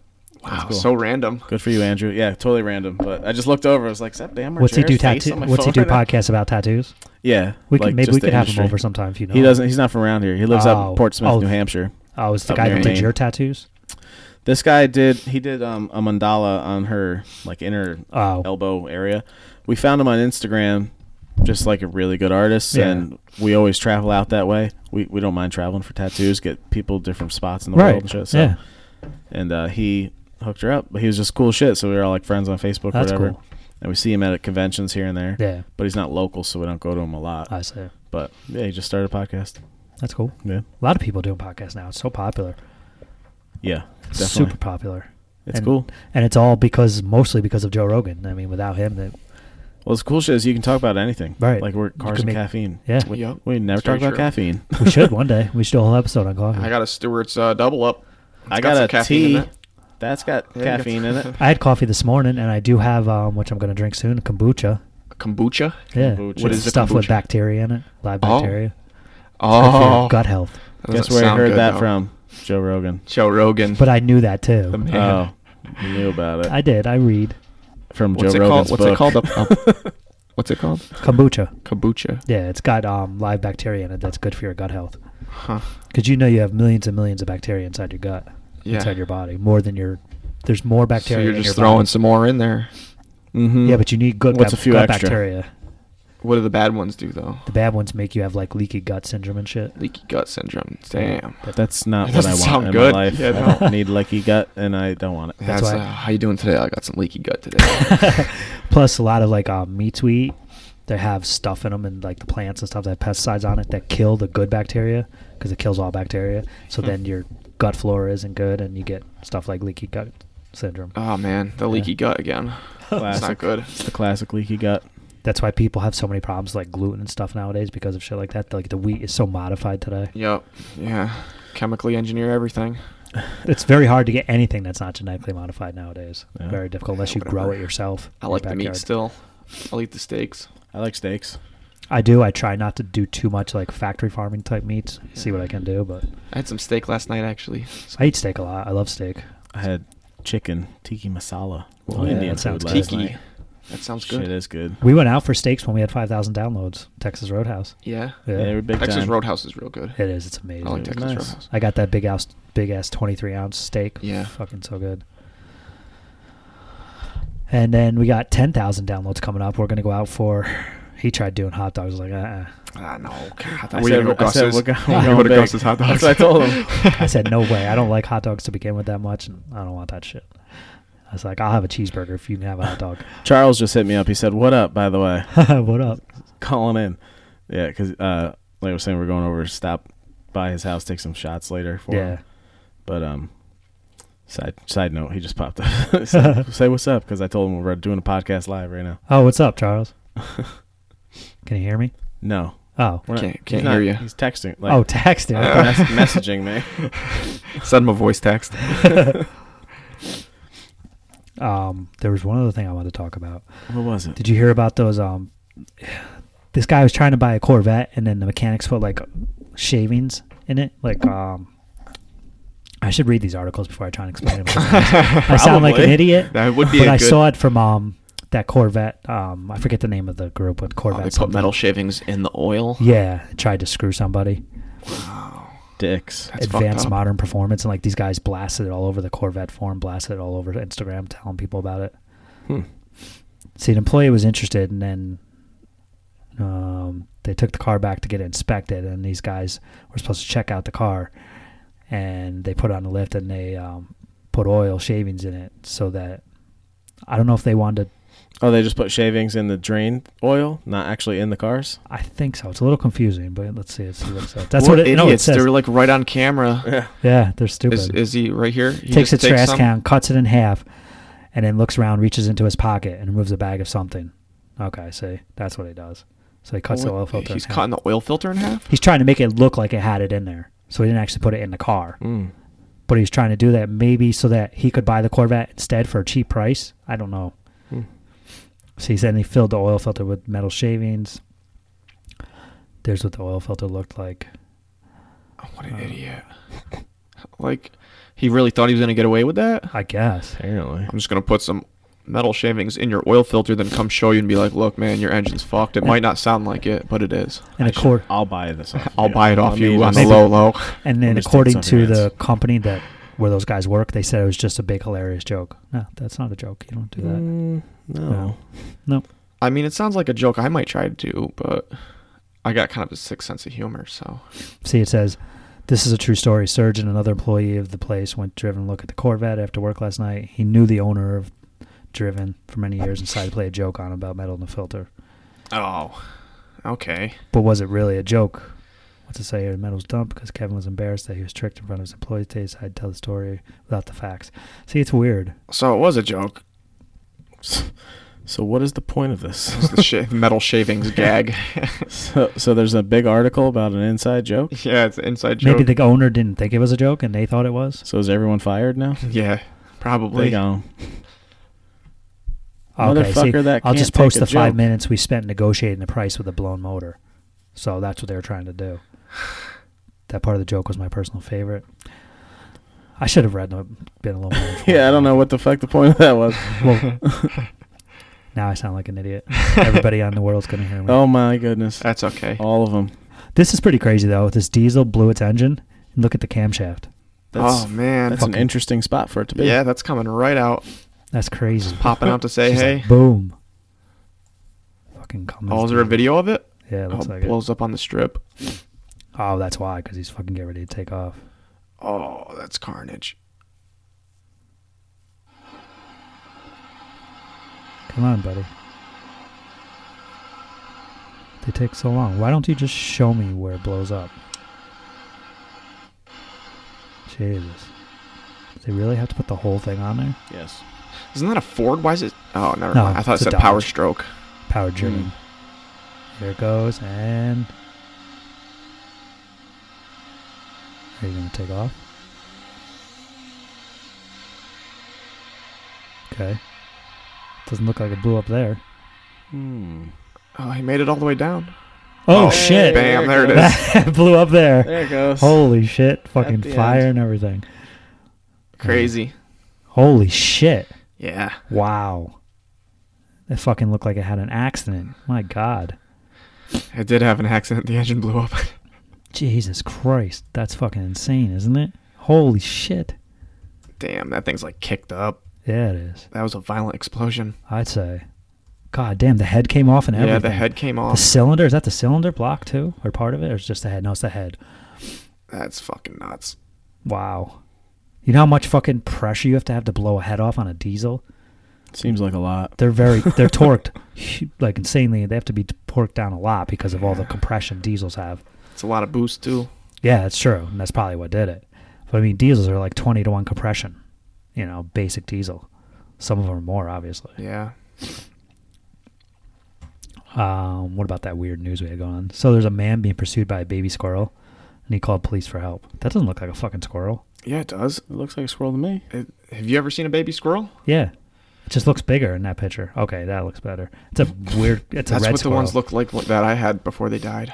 Wow, cool. so random. Good for you, Andrew. Yeah, totally random. But I just looked over. I was like, "Is that Bam?" What's he do Margera's face tattoo? on my What's he phone do right now?" podcast about tattoos? Yeah, We could like, maybe just we the could have industry. him over sometime if you know. He doesn't. He's not from around here. He lives out Oh. in Portsmouth, Oh. New Hampshire. Oh, it's the Up guy there that in did Maine. your tattoos. This guy did. He did um, a mandala on her like inner Oh. elbow area. We found him on Instagram, just like a really good artist, Yeah. and we always travel out that way. We we don't mind traveling for tattoos. Get people different spots in the world Right. and shit. So. Yeah. And uh, he hooked her up, but he was just cool shit. So we were all like friends on Facebook, That's or whatever. cool. And we see him at uh, conventions here and there. Yeah. But he's not local, so we don't go to him a lot. I see. but yeah, he just started a podcast. That's cool. Yeah. A lot of people doing podcasts now. It's so popular. Yeah. Definitely. Super popular. It's And- cool. And it's all because mostly because of Joe Rogan. I mean, without him, that Well, the cool shit is you can talk about anything. Right. Like we're You cars can and make- caffeine. yeah. We, Yep. we never It's very talk about true. caffeine. we should one day. We should do a whole episode on coffee. I I, got a Stewart's uh, double up. It's I some got, a caffeine in tea. it. That's got got caffeine in it. had coffee this morning, and I do have um, which I'm going to drink soon, kombucha. Kombucha. Yeah. Kombucha. What What is is a stuff with kombucha? bacteria in it? Live Oh. bacteria. Good for your Oh, gut health. that doesn't Guess where I sound heard good, that though. from? Joe Rogan. Joe Rogan. But I knew that too. the man. Oh, you knew about it I did. I read from what's Joe it Rogan's called? What's it book. called? A- a- what's it called? kombucha. Kombucha. Yeah, it's got um, live bacteria in it that's good for your gut health. Because you know you have millions and millions of bacteria inside your gut, Yeah. inside your body, more than your. There's more So bacteria. you're in just your throwing body. some more in there. Mm-hmm. Yeah, but you need good, What's gut, a few gut extra? bacteria. What do the bad ones do though? The bad ones make you have like leaky gut syndrome and shit. Leaky gut syndrome. Damn. that's not That what I doesn't want sound in good. my life. Yeah, I don't need leaky gut, and I don't want it. That's That's, why- uh, how you doing today? I got some leaky gut today. Plus, a lot of like um, meats we eat, they have stuff in them and like the plants and stuff that have pesticides on it that kill the good bacteria because it kills all bacteria. So Hmm. then your gut flora isn't good, and you get stuff like leaky gut syndrome. oh man, the leaky gut again. That's Classic. not good. It's the classic leaky gut. That's why people have so many problems like gluten and stuff nowadays because of shit like that. Like the wheat is so modified today. Yep. Yeah. Chemically engineer everything. It's very hard to get anything that's not genetically modified nowadays. Yeah. Very difficult unless you grow it yourself. I in your like the meat backyard. still. I'll eat the steaks. I like steaks. I do. I try not to do too much like factory farming type meats. See what I can do, but I had some steak last night actually. I eat steak a lot. I love steak. I had chicken tiki masala. Well, yeah, Indian that sounds food last good. Tiki. night. That sounds Shit good. is good. We went out for steaks when we had five thousand downloads. Texas Roadhouse. Yeah. Yeah, Yeah, we're big Texas time. Roadhouse is real good. it is. It's amazing. I I, like Texas nice. Roadhouse. got that big ass, big ass twenty three ounce steak. Yeah. fucking so good. And then we got ten thousand downloads coming up. We're gonna go out for. He tried doing hot dogs. I was like, uh-uh. Ah no, I God. said, I said we're, go- we're We're going going to big. Gus's hot That's what I told him. I said, no way. I don't like hot dogs to begin with that much, and I don't want that shit. I was like, I'll have a cheeseburger if you can have a hot dog. Charles just hit me up. He said, "What up?" By the way, what up? calling in. Yeah, because uh, like I was saying, we're going over to stop by his house, take some shots later for Yeah. him. But um, side side note, he just popped up. Say- Say what's up, because I told him we're doing a podcast live right now. Oh, what's up, Charles? can you hear me? No, Oh. we're not- Can't- he's can't not- hear you. He's texting. Like, Oh, texting. mess- messaging me. Send him a voice text. Um, there was one other thing I wanted to talk about. What was it? Did you hear about those? Um, this guy was trying to buy a Corvette, and then the mechanics put like shavings in it. Like, um, I should read these articles before I try and explain them. I sound like an Probably. idiot. That would be But a I good- saw it from um that Corvette. Um, I forget the name of the group, but Corvette. Oh, they put something. metal shavings in the oil. Yeah, it tried to screw somebody. Dicks. That's fucked Advanced up. modern performance, and like these guys blasted it all over the Corvette forum, blasted it all over Instagram, telling people about it. Hmm. See, an employee was interested, and then um, they took the car back to get it inspected, and these guys were supposed to check out the car, and they put it on the lift, and they um, put oil shavings in it, so that I don't know if they wanted. Oh, they just put shavings in the drain oil, not actually in the cars. I think so. It's a little confusing, but let's see. Let's see what it says. That's What what, it, no, it idiots. says. They're like right on camera. yeah, they're stupid. Is, is he right here? He takes a just trash some- can, cuts it in half, and then looks around, reaches into his pocket, and removes a bag of something. Okay, I see. That's what he does. So he cuts the oil filter. He's in half. cutting the oil filter in half. He's trying to make it look like it had it in there, so he didn't actually put it in the car. Hmm, But he's trying to do that maybe so that he could buy the Corvette instead for a cheap price. I don't know. Hmm. So he said he filled the oil filter with metal shavings. There's what the oil filter looked like. Oh, what an idiot! Like, he really thought he was gonna get away with that. I guess. Apparently. I'm just gonna put some metal shavings in your oil filter, then come show you and be like, "Look, man, your engine's fucked. It might not sound like it, but it is. And accord I'll buy this off I'll buy it off Let me you on just- the low, low." and then me just take according some to of your the hands. company that where those guys work, they said it was just a big hilarious joke. No, that's not a joke. You don't do that. Mm, No. No. I mean, it sounds like a joke. I might try to do, but I got kind of a sick sense of humor, so See, it says, "This is a true story." Serge and another employee of the place went driven to look at the Corvette after work last night. He knew the owner of Driven for many years and decided to play a joke on him about metal in the filter. oh, okay. But was it really a joke? What's it say here? Metal's dumped because Kevin was embarrassed that he was tricked in front of his employees. They decided to tell the story without the facts. See, it's weird. So it was a joke. So what is the point of this? It's the sh- metal shavings gag. so, so there's a big article about an inside joke. yeah, it's an inside joke. Maybe the owner didn't think it was a joke and they thought it was. So is everyone fired now? yeah, They probably. go. Okay, see, Motherfucker that I'll can't just take post a the five joke. minutes we spent negotiating the price with a blown motor. So that's what they were trying to do. That part of the joke was my personal favorite. I should have read them, been a little more. Yeah, I don't know what the fuck the point of that was. Well, now I sound like an idiot. Everybody on the world's going to hear me. Oh my goodness. That's okay. Oh, All of them. This is pretty crazy, though. This diesel blew its engine. And look at the camshaft. That's, oh man, that's an fucking- interesting spot for it to be. yeah, that's coming right out, That's crazy. popping out to say, Just "Hey." like, boom. Fucking Cummins. Oh, is there a dude. video of it? Yeah, it Oh, looks like it. blows up on the strip. Oh, that's why, because he's fucking getting ready to take off. Oh, that's carnage. Come on, buddy. They take so long. Why don't you just show me where it blows up? Jesus. They really have to put the whole thing on there? Yes. Isn't that a Ford? Why is it? Oh, never No, mind. I thought it's it a said Power Dodge. Stroke. Power driven. There it goes, and. Are you going to take off? Okay. Doesn't look like it blew up there. Hmm. Oh, he made it all the way down. Oh, shit! Bam! There it There it is. That blew up there. There it goes. Holy shit. Fucking the fire end. and everything. Crazy. Holy shit. Yeah. Wow. That fucking looked like it had an accident. My God. It did have an accident. The engine blew up. Jesus Christ. That's fucking insane, isn't it? Holy shit. Damn, that thing's like kicked up. Yeah, it is. That was a violent explosion. I'd say. God damn, the head came off and everything. Yeah, the head came The off. cylinder, is that the cylinder block too? Or part of it? Or it's just the head? No, it's the head. That's fucking nuts. Wow. You know how much fucking pressure you have to have to blow a head off on a diesel? Seems like a lot. They're very, they're torqued hu- like insanely. They have to be torqued down a lot because of all the compression diesels have. It's a lot of boost too. Yeah, that's true. And that's probably what did it. But I mean, diesels are like 20 to 1 compression, you know, basic diesel. Some of them are more, obviously. Yeah. Um, what about that weird news we had going on? So there's a man being pursued by a baby squirrel, and he called police for help. That doesn't look like a fucking squirrel. Yeah, it does. It looks like a squirrel to me. It, have you ever seen a baby squirrel? Yeah. It just looks bigger in that picture. Okay, that looks better. It's a weird, it's a That's red what squirrel. the ones look like that I had before they died.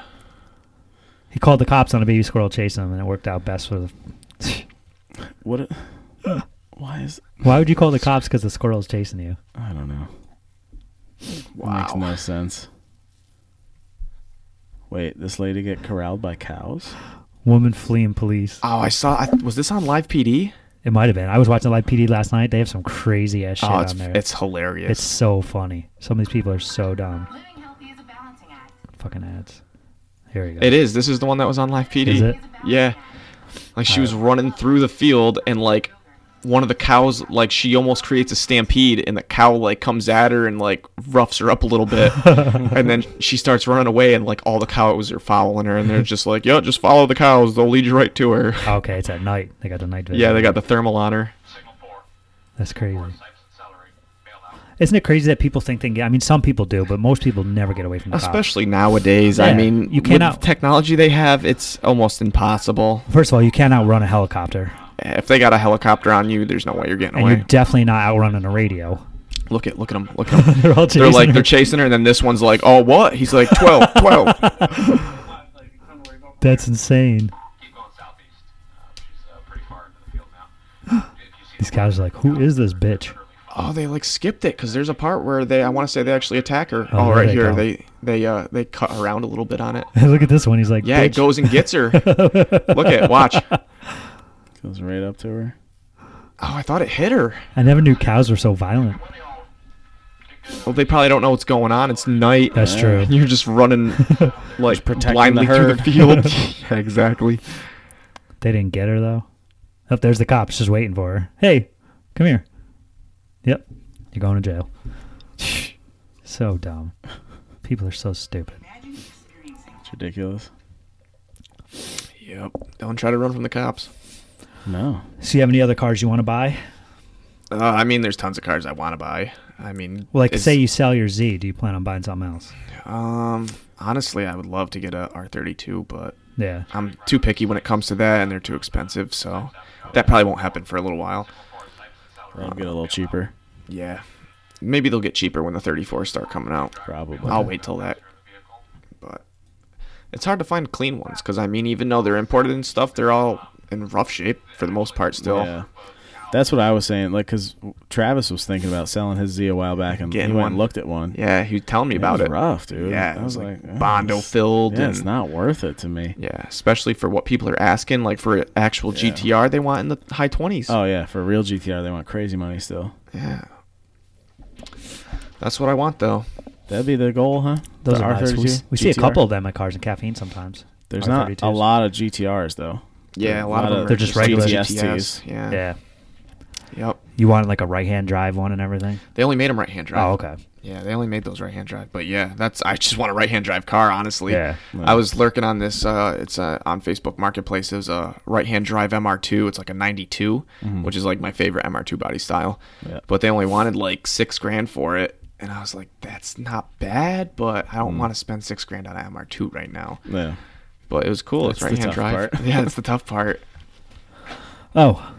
he called the cops on a baby squirrel chasing him, and it worked out best for the. What? It, why is? Why would you call the cops because the squirrel's chasing you? I don't know. Makes Wow. no sense. Wait, this lady get corralled by cows? Woman fleeing police. Oh, I saw. I, was this on Live PD? It might have been. I was watching Live PD last night. They have some crazy ass shit oh, it's, on there. it's hilarious. It's so funny. Some of these people are so dumb. Living healthy is a balancing act. Fucking ads. Here we go. It is. This is the one that was on Live PD. Is it? Uh. Yeah. Like she was running through the field and like one of the cows like she almost creates a stampede and the cow like comes at her and like roughs her up a little bit and then she starts running away and like all the cows are following her and they're just like yeah just follow the cows they'll lead you right to her Okay, it's at night. They got the night vision. yeah they got the thermal on her Signal 4. That's crazy. Types accelerate. Isn't it crazy that people think they can get? I mean, some people do, but most people never get away from the cops. Especially nowadays, I Yeah, mean, you you cannot- cannot. With the technology they have, it's almost impossible. First of all, you can't outrun a helicopter, If they got a helicopter on you, there's no way you're getting and away. you're definitely not outrunning a radio. look at look at them. Look at them. They're all chasing. they're like her. they're chasing her, and then this one's like, "Oh, what?" He's like, 12, 12. That's insane. Keep going southeast. Uh, she's uh, pretty far into the field now. If you see These guys are like, who is this bitch? Oh, they like skipped it because there's a part where they I want to say they actually attack her. Oh, Oh, there right they here go. they they uh they cut around a little bit on it. Look at this one. He's like, Yeah, it bitch. goes and gets her. Oh, Look at watch. Oh, Goes right up to her. I thought it hit her. I never knew cows were so violent. Well, they probably don't know what's going on. It's night. That's true. You're just running like protecting blindly the through the herd. field. yeah, exactly. They didn't get her though. Oh, there's the cops just waiting for her. Hey, come here. Yep, you're going to jail. so dumb. People are so stupid. Imagine experiencing It's ridiculous. Yep. Don't try to run from the cops. No. So you have any other cars you want to buy? Uh, I mean, there's tons of cars I want to buy. I mean, Well, like it's- say you sell your Z, do you plan on buying something else? Um, honestly, I would love to get a R32, but Yeah. I'm too picky when it comes to that, and they're too expensive. So that probably won't happen for a little while. Probably get a little cheaper. Yeah, maybe they'll get cheaper when the 34s start coming out. Probably. I'll wait till that. But it's hard to find clean ones because I mean, even though they're imported and stuff, they're all in rough shape for the most part still. Yeah. That's what I was saying. Like, because Travis was thinking about selling his Z a while back, and Getting he went one. and looked at one. Yeah, he was telling me about was it. rough, dude. Yeah, I was like, oh, bondo it's- filled. Yeah, and, it's not worth it to me. Yeah, especially for what people are asking, like for actual Yeah. GTR, they want in the high twenties. Oh yeah, for real GTR, they want crazy money still. Yeah, that's what I want though. That'd be the goal, huh? Those The are nice. We, R32 we see a GTR? couple of them at Cars and Caffeine sometimes. There's not R32s. a lot of GTRs though. Yeah, a lot, of them. They're just regular GTSTs. GTS. Yeah. Yeah. Yep. You want like a right hand drive one and everything? They only made them right-hand drive. Oh, okay. Yeah, they only made those right-hand drive. But yeah, that's I just want a right-hand drive car, honestly. Yeah. I was lurking on this. Uh, it's uh, on Facebook Marketplace. It was a right-hand drive MR2. It's like a 92, Mm-hmm. which is like my favorite MR2 body style. Yeah. But they only wanted like six grand for it, and I was like, that's not bad, but I Mm. don't want to spend six grand on an MR2 right now. Yeah. But it was cool. it's That's the right-hand tough drive. part. yeah, it's the tough part. Oh,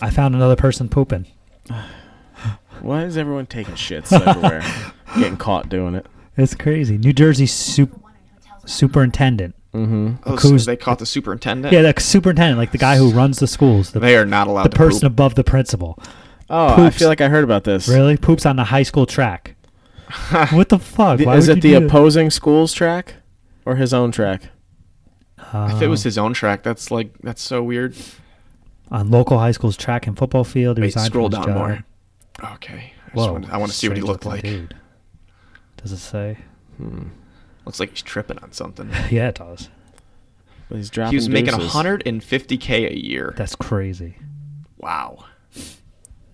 I found another person pooping. Why is everyone taking shits everywhere? Getting caught doing it. It's crazy. New Jersey sup- one in hotels. superintendent. Oh, so Who's- they caught the superintendent. Yeah, the superintendent, like the guy who runs the schools, the, They are not allowed the to person poop. above the principal. Oh, I Poops. feel like I heard about this. Really? Poops on the high school track. what the fuck? Th- Why Is would it you do the that? opposing school's track or his own track? If it was uh, Um, his own track, that's like that's so weird. on local high school's track and football field. He Wait, resigned scroll from his down job. more. Okay. I, just Whoa, wanted- I want to see what he strange looked like. looking Dude. Does it say? Looks like he's tripping on something. Yeah, it does. But He's dropping He was making deuces. 150k a year. That's crazy. Wow.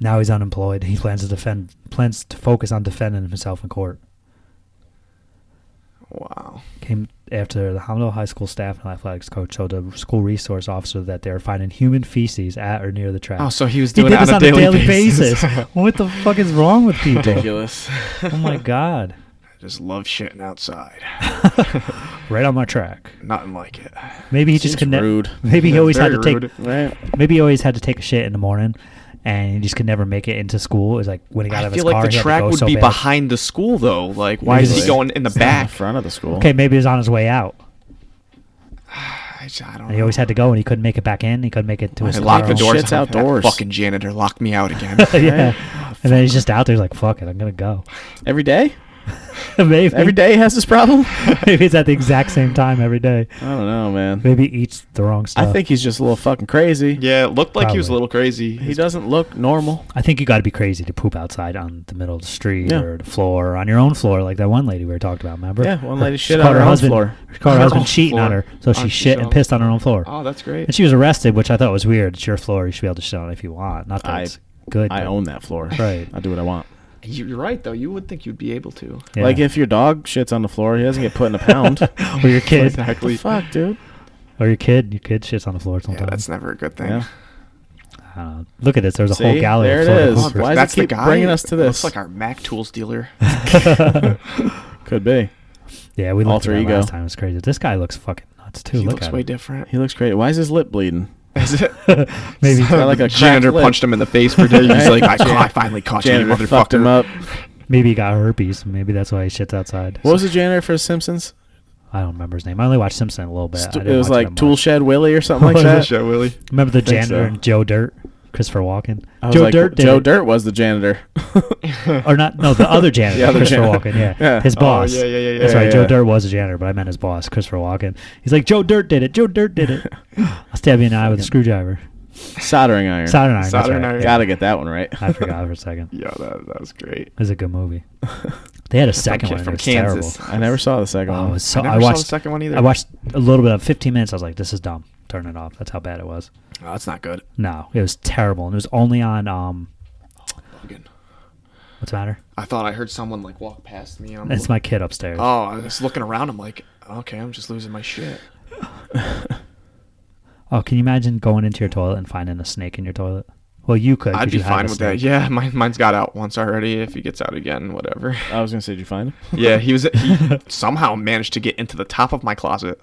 Now he's unemployed. He plans to defend, plans to focus on defending himself in court. Wow. Came after the Homino High School staff and athletics coach told a school resource officer that they were finding human feces at or near the track. Oh, so he was he doing did it on, this a, daily basis. what the fuck is wrong with people? ridiculous. oh my god! I just love shitting outside. Right on my track. Nothing like it. Maybe he Seems just could ne- rude. Maybe he always had Very to take rude. Right. Maybe he always had to take a shit in the morning, and he just could never make it into school. It was like when he got out I of his feel car, like the he had to track go would so be bad. behind the school though. Like, why is he Usually. going in the In back? front of the school. Okay, maybe he was on his way out, I, just- I don't and know. he always had to go, and he couldn't make it back in. He couldn't make it to his I car. locked the doors. Shit's That outdoors. Fucking janitor locked me out again. yeah, and then he's just out there he's like, "Fuck it, I'm gonna go." Every day? maybe Every day has this problem? maybe it's at the exact same time every day. I don't know, man. Maybe uh, he eats the wrong stuff. I think he's just a little fucking crazy. yeah, it looked like he was a Probably. little crazy. He doesn't look normal. I think you got to be crazy to poop outside on the middle of the street Yeah. or the floor or on your own floor, like that one lady we were talking about. Remember? Yeah, one lady She shit caught on her own husband, floor. She caught her Her husband own cheating on floor. her, so On she shit herself. and pissed on her own floor. Oh, that's great. And she was arrested, which I thought was weird. It's your floor; you should be able to shit on it if you want. Not that I- it's good. I but- own that floor. Right. I do what I want. You- You're right though. You would think you'd be able to. yeah. Like if your dog shits on the floor, he doesn't get put in a pound. or your kid, What the fuck, dude? or your kid, your kid shits on the floor Yeah, sometimes. that's never a good thing. Yeah. I I don't know. Look at this. There's a whole See? gallery. There of it Florida is. Coopers. Why does it keep bringing us to this? Looks like our Mac Tools dealer. Could be. Yeah, we looked Alter at that ego. last time. It's crazy. This guy looks fucking nuts too. he Look looks at way him. different. He looks great. Why is his lip bleeding? Is it? Maybe Got like a janitor cracked lip. punched him in the face for days. He's like, I, ca- I finally caught you, you Janitor motherfucker. fucked him up. maybe he got herpes. Maybe that's why he shits outside. What was the janitor for Simpsons? I don't remember his name. I only watched Simpson a little bit. I Stu- didn't it was watch like that much. Tool Shed Willie or something like that. Yeah, Willie. Remember the janitor so. and Joe Dirt, Christopher Walken. I was Joe like, Dirt. Did Joe it. Dirt was the janitor. or not? No, the other janitor, The other Christopher janitor. Walken. Yeah. Yeah. his Oh, boss. yeah, yeah, yeah, That's yeah, right. Joe yeah. Dirt was a janitor, but I meant his boss, Christopher Walken. He's like, Joe Dirt did it. Joe Dirt did it. I'll stab you in the eye with a screwdriver. Soldering iron. Soldering iron. that's Soldering right. iron. Yeah. Gotta get that one right. I forgot for a second. It Yeah, that, that was great. was a good movie. They had a second kid one. from From it was Kansas. terrible. I never saw the second Oh, it one. was so, I never I watched saw the second one either. I watched a little bit of 15 minutes. I was like, this is dumb. Turn it off. That's how bad it was. Oh, that's not good. No, it was terrible. And it was only on, um, Fucking- what's the matter? I thought I heard someone like walk past me. And I'm It's my kid upstairs. Oh, I was looking around. I'm like, okay, I'm just losing my shit. Oh, can you imagine going into your toilet and finding a snake in your toilet? Well, you could. I'd 'cause be you have a fine with that. snake. Yeah, mine, mine's got out once already. If he gets out again, whatever. I was gonna say, did you find him? yeah, he was. He somehow managed to get into the top of my closet.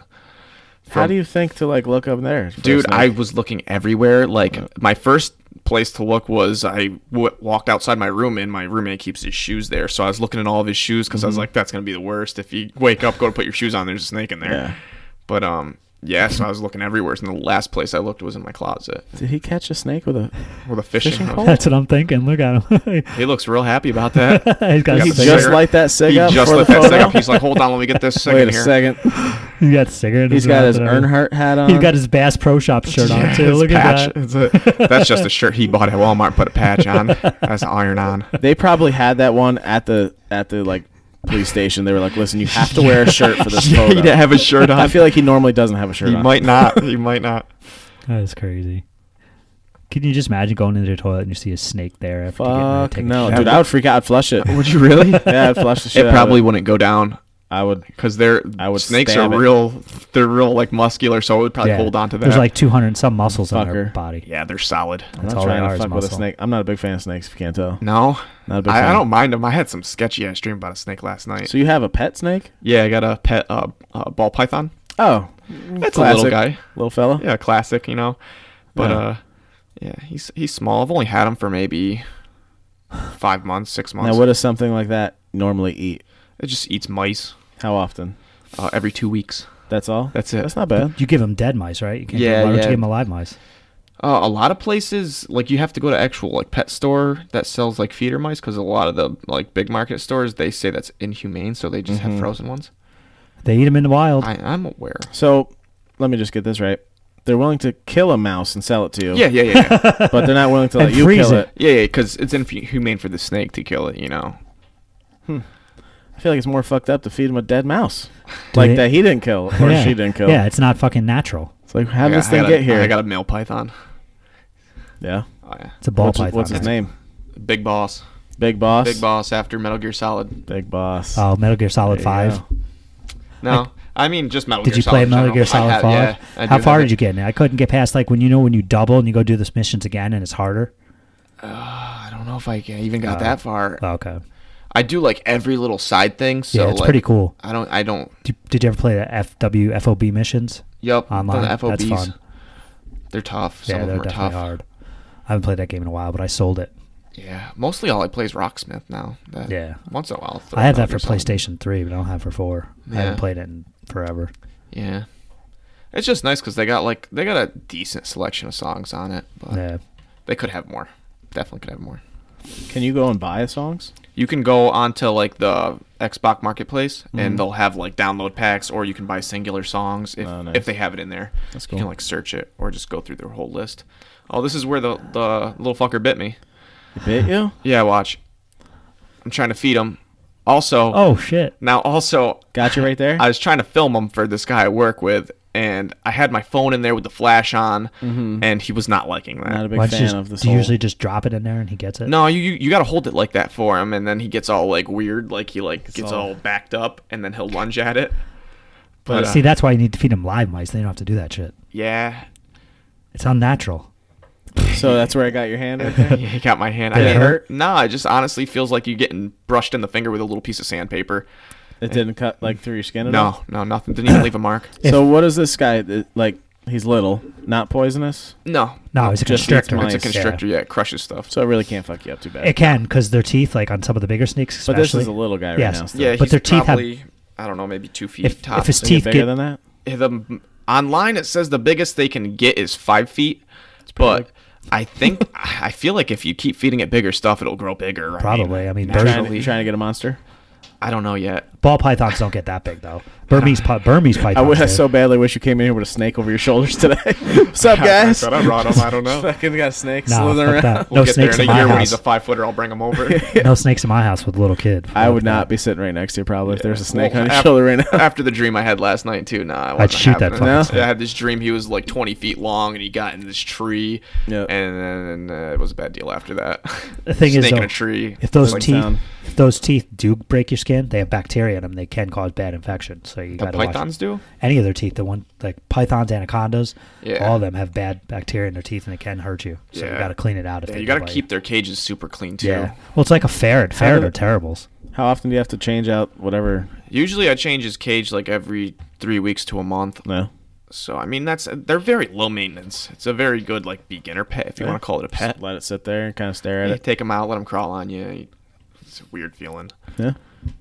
How do you think to like look up there, for a Dude, snake? I was looking everywhere. Like my first place to look was I w- walked outside my room, and my roommate keeps his shoes there. So I was looking at all of his shoes because I Mm-hmm. was like, that's gonna be the worst. If you wake up, go to put your shoes on, there's a snake in there. Yeah. But um, yeah. So I was looking everywhere, and the last place I looked was in my closet Did he catch a snake with a? with a fishing, Fishing hook. pole? That's what I'm thinking. Look at him. He looks real happy about that. he's got, He a He got the cigarette. just cigarette. light that cig he up just for the lit that photo. cig up. He's like, hold on, let me get this cig Wait in a here. second. he's got a cigarette. in He's his got mouth his and everything. Earnhart hat on. He's got his Bass Pro Shop shirt on too. Look patch. at that. It's a- that's just a shirt he bought at Walmart. Put a patch on. That's iron on. They probably had that one at the at the like police station. They were like, "Listen, you have to wear a shirt for this he photo." didn't have a shirt on. I feel like he normally doesn't have a shirt he on. might not. He might not. That's crazy. Can you just imagine going into the toilet and you see a snake there? After you get in there and Fuck take a no, shit? dude! I would freak out. I'd flush it. Would you really? yeah, I'd flush the shit. It probably Out of wouldn't go down I would. because they're I would snakes are stab it. real. They're real like muscular, so it would probably Yeah. hold on to that. There's like 200 and some muscles on their Fucker. body. yeah, they're solid. I'm That's not all they trying are to is fuck with a muscle. snake. I'm not a big fan of snakes. If you can't tell. No, Not a big I, I fan. don't mind them. I had some sketchy ass dream about a snake last night. So you have a pet snake? yeah, I got a pet uh, uh, ball python. Oh, It's a little classic. guy. little fella. yeah, classic, you know. But Yeah. uh yeah, he's he's small. I've only had him for maybe five months, six months. Now, what does something like that normally eat? it just eats mice How often? uh, every two weeks. That's all. That's it. That's not bad. You give them dead mice, right? You can't give Yeah, 'em- why don't yeah. you give them alive mice? Uh, a lot of places, like you have to go to actual like pet store that sells like feeder mice, because a lot of the like big market stores they say that's inhumane, so they just Mm-hmm. have frozen ones. They eat them in the wild. I, I'm aware. So, let me just get this right. They're willing to kill a mouse and sell it to you. Yeah, yeah, yeah, yeah, But they're not willing to let And you freeze kill it. it. yeah, because it's inhumane for the snake to kill it, you know. I feel like it's more fucked up to feed him a dead mouse, Do like they- that he didn't kill or yeah. she didn't kill. Yeah, it's not fucking natural. It's like how I did got- this I thing got get a, here? I got a male python. yeah. Oh, yeah. It's a ball what's, his- python. what's his right? name? Big boss, Big boss. big boss after Metal Gear Solid. Big boss. Oh, Metal Gear Solid There you Five. go. No, I mean just Metal Did Gear you Solid play in Metal general. Gear I Solid have- Five? Yeah, I How do far have did you it. get in it? I couldn't get past like when you know when you double and you go do this missions again and it's harder. I don't know if I can- even got that far. Oh, okay. I do like every little side thing. So Yeah, it's like, pretty cool. I don't. I don't. Did, did you ever play the FW FOB missions? Yep. done Online. That's FOBs. fun. They're tough. Some yeah, of they're them are definitely tough. hard. I haven't played that game in a while, but I sold it. Yeah. Mostly all I play is Rocksmith now. That- Yeah. Once in a while. I'll throw I have Metal that for Gear Solid. PlayStation Three, but I don't have for Four. I Yeah. haven't played it in forever. Yeah. It's just nice because they got like they got a decent selection of songs on it, but Yeah. they could have more. Definitely could have more. Can you go and buy the songs? You can go onto like the Xbox Marketplace Mm-hmm. and they'll have like download packs, or you can buy singular songs if, Oh, nice. if they have it in there. That's You can cool. like search it or just go through their whole list. Oh, this is where the the little fucker bit me. He bit you? Yeah, watch. I'm trying to feed him. Also, Oh shit. now also Got you right there. I was trying to film him for this guy I work with, and I had my phone in there with the flash on, and he was not liking that. not a big Why don't you fan just- of this. do you whole- usually just drop it in there and he gets it? No, you you, you got to hold it like that for him, and then he gets all like weird, like he like gets all, all- backed up, and then he'll lunge at it. But uh, See, that's why you need to feed them live mice. They don't have to do that shit. yeah, It's unnatural. So that's where I got your hand right there. you got my hand. Did I it mean, hurt? No, it just honestly feels like you're getting brushed in the finger with a little piece of sandpaper. It didn't cut like through your skin at all. No, no, nothing. Didn't even leave a mark. So what is this guy uh, like? He's little, not poisonous, No, No, it's a Just eats constrictor. mice. it's a Nice, yeah. constrictor. Yeah, it crushes stuff. so it really can't fuck you up too bad. It can because their teeth, like on some of the bigger snakes, but especially. this is a little guy right Yes. now. Still. yeah, but he's their teeth have- probably I don't know, maybe two feet If- tops. if his Does it get teeth bigger get- than that. the online it says the biggest they can get is five feet, but I think I feel like if you keep feeding it bigger stuff, it'll grow bigger. I mean, Probably. I mean, naturally. Trying to, you trying to get a monster. I don't know yet. Ball pythons don't get that big though. Burmese pi- Burmese I, pythons. w- I do. so badly wish you came in here with a snake over your shoulders today. What's up, guys? I brought him. I don't know. Fucking got snakes Nah, slithering fuck around. that. No get snakes there in in a my year when he's house. a five footer. I'll bring him over. no snakes in my house with a little kid. I would Fuck not be sitting right next to you probably if there was a snake Well, on your af- shoulder right now. After the dream I had last night too, nah, I wasn't shoot that having it. fucking No? snake. I had this dream. He was like 20 feet long, and he got in this tree, Yeah. and then uh, it was a bad deal after that. The thing Snake is, in though, a tree. If those Like teeth, sound. if those teeth do break your skin, they have bacteria in them. They can cause bad infection. So you the got to watch. pythons do. Any of their teeth, the one like pythons, anacondas, Yeah. all of them have bad bacteria in their teeth and it can hurt you. So Yeah. you got to clean it out. If Yeah, they you do got to bite keep their cages super clean too. Yeah. Well, it's like a ferret. Ferret do- are terribles. How often do you have to change out whatever? Usually I change his cage like every three weeks to a month. No. So I mean that's they're very low maintenance. It's a very good like beginner pet if you Yeah. want to call it a Just pet. let it sit there and kind of stare at You it. take him out, let him crawl on you. It's a weird feeling. Yeah.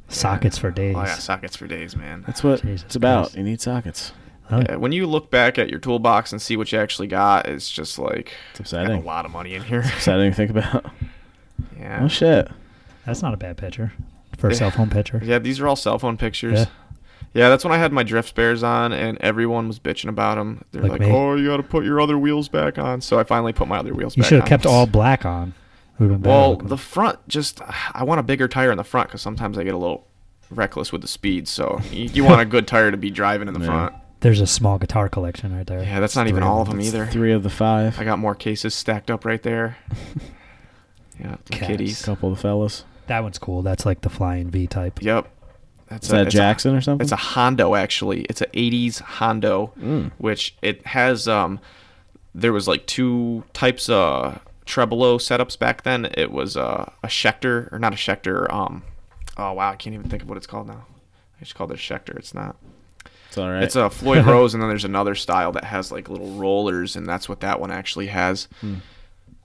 Sockets for days. Oh yeah, sockets for days, man. That's what Jesus it's about. Christ. You need sockets. Yeah, when you look back at your toolbox and see what you actually got, it's just like It's I got upsetting. a lot of money in here. Exciting to think about. yeah. Oh shit. That's not a bad picture for a Yeah. cell phone picture. Yeah, these are all cell phone pictures. Yeah. Yeah. that's when I had my drift spares on, and everyone was bitching about them. They're Like like, me. "Oh, you got to put your other wheels back on." So I finally put my other wheels. You back should have on. kept all black on. It would've been better Well, looking. the front just I want a bigger tire in the front because sometimes I get a little reckless with the speed. So you, you want a good tire to be driving in the Yeah. front. there's a small guitar collection right there. Yeah, that's not even Three all of them. them either. Three of the five. I got more cases stacked up right there. Yeah, the Cats. A kitties. couple of the fellas. That one's cool. That's like the flying V type. Yep. That's Is that it's Jackson or something? It's a Hondo actually. It's a '80s Hondo, which it has. Um, there was like two types of trebolo setups back then. It was uh, a Schecter or not a Schecter. Um, oh wow, I can't even think of what it's called now. I just called it a Schecter. It's not. It's all right. It's a Floyd Rose, and then there's another style that has like little rollers, and that's what that one actually has.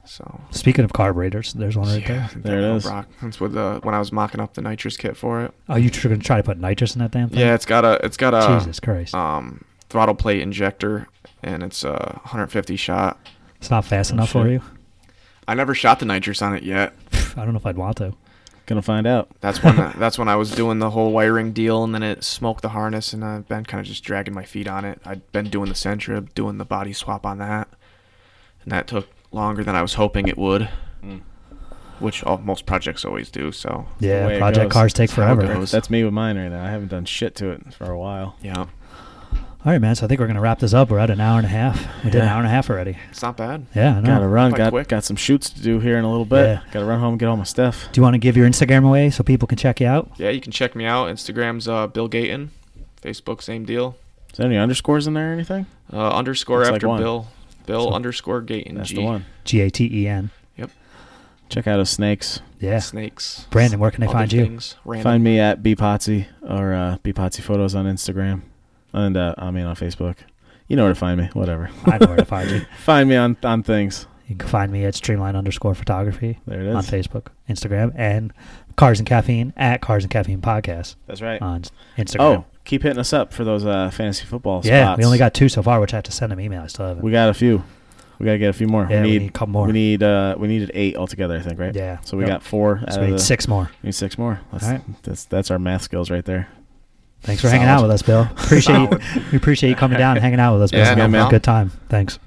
So Speaking of carburetors, there's one right yeah, there. There it is. Rock. That's what the when I was mocking up the nitrous kit for it. Oh, you tr- gonna try to put nitrous in that damn thing? Yeah, it's got a it's got a Jesus Christ, Uh, um, throttle plate injector, and it's a 150 shot. it's not fast enough for oh, shit. you. I never shot the nitrous on it yet. I don't know if I'd want to. Gonna find out. That's when that's when I was doing the whole wiring deal, and then it smoked the harness, and I've been kind of just dragging my feet on it. I'd been doing the centrib, doing the body swap on that, and that took longer than I was hoping it would, which all, most projects always do. So the way Yeah, it project goes. cars take That's how it forever. goes. That's me with mine right now. I haven't done shit to it for a while. yeah, All right, man. So I think we're gonna wrap this up. We're at an hour and a half. We did an Yeah. hour and a half already. it's not bad. Yeah, I know. Gotta run. Quite Got quick. got some shoots to do here in a little bit. Yeah. Gotta run home and get all my stuff. Do you want to give your Instagram away so people can check you out? Yeah, you can check me out. Instagram's uh, Bill Gaten, Facebook same deal. Is there any underscores in there or anything? Uh, underscore Looks like after one. Bill. Bill underscore Gaten. That's G. the one. G A T E N. Check out his snakes. Yeah. Snakes. Brandon, where can they other find you? things, random. Find me at bpotsy or uh, bpotsy photos on Instagram, and uh, I mean on Facebook. You know where to find me. Whatever. I know where to find you. Find me on on things. You can find me at streamline underscore photography There it on is. Facebook, Instagram, and Cars and Caffeine at Cars and Caffeine Podcast That's right. on Instagram. Oh, keep hitting us up for those uh, fantasy football yeah. spots. We only got two so far, which I have to send them email. I still haven't. we got a few. We gotta get a few more. Yeah, we need a couple more. We need uh, we needed eight altogether. I think right. Yeah. So we Yep. got four. Out so we of need the- six more. we need six more. That's, All right. that's that's our math skills right there. Thanks for hanging out with us, Bill. Appreciate you. We appreciate you coming down and hanging out with us, Bill. Yeah, no Have a problem. Good time. Thanks.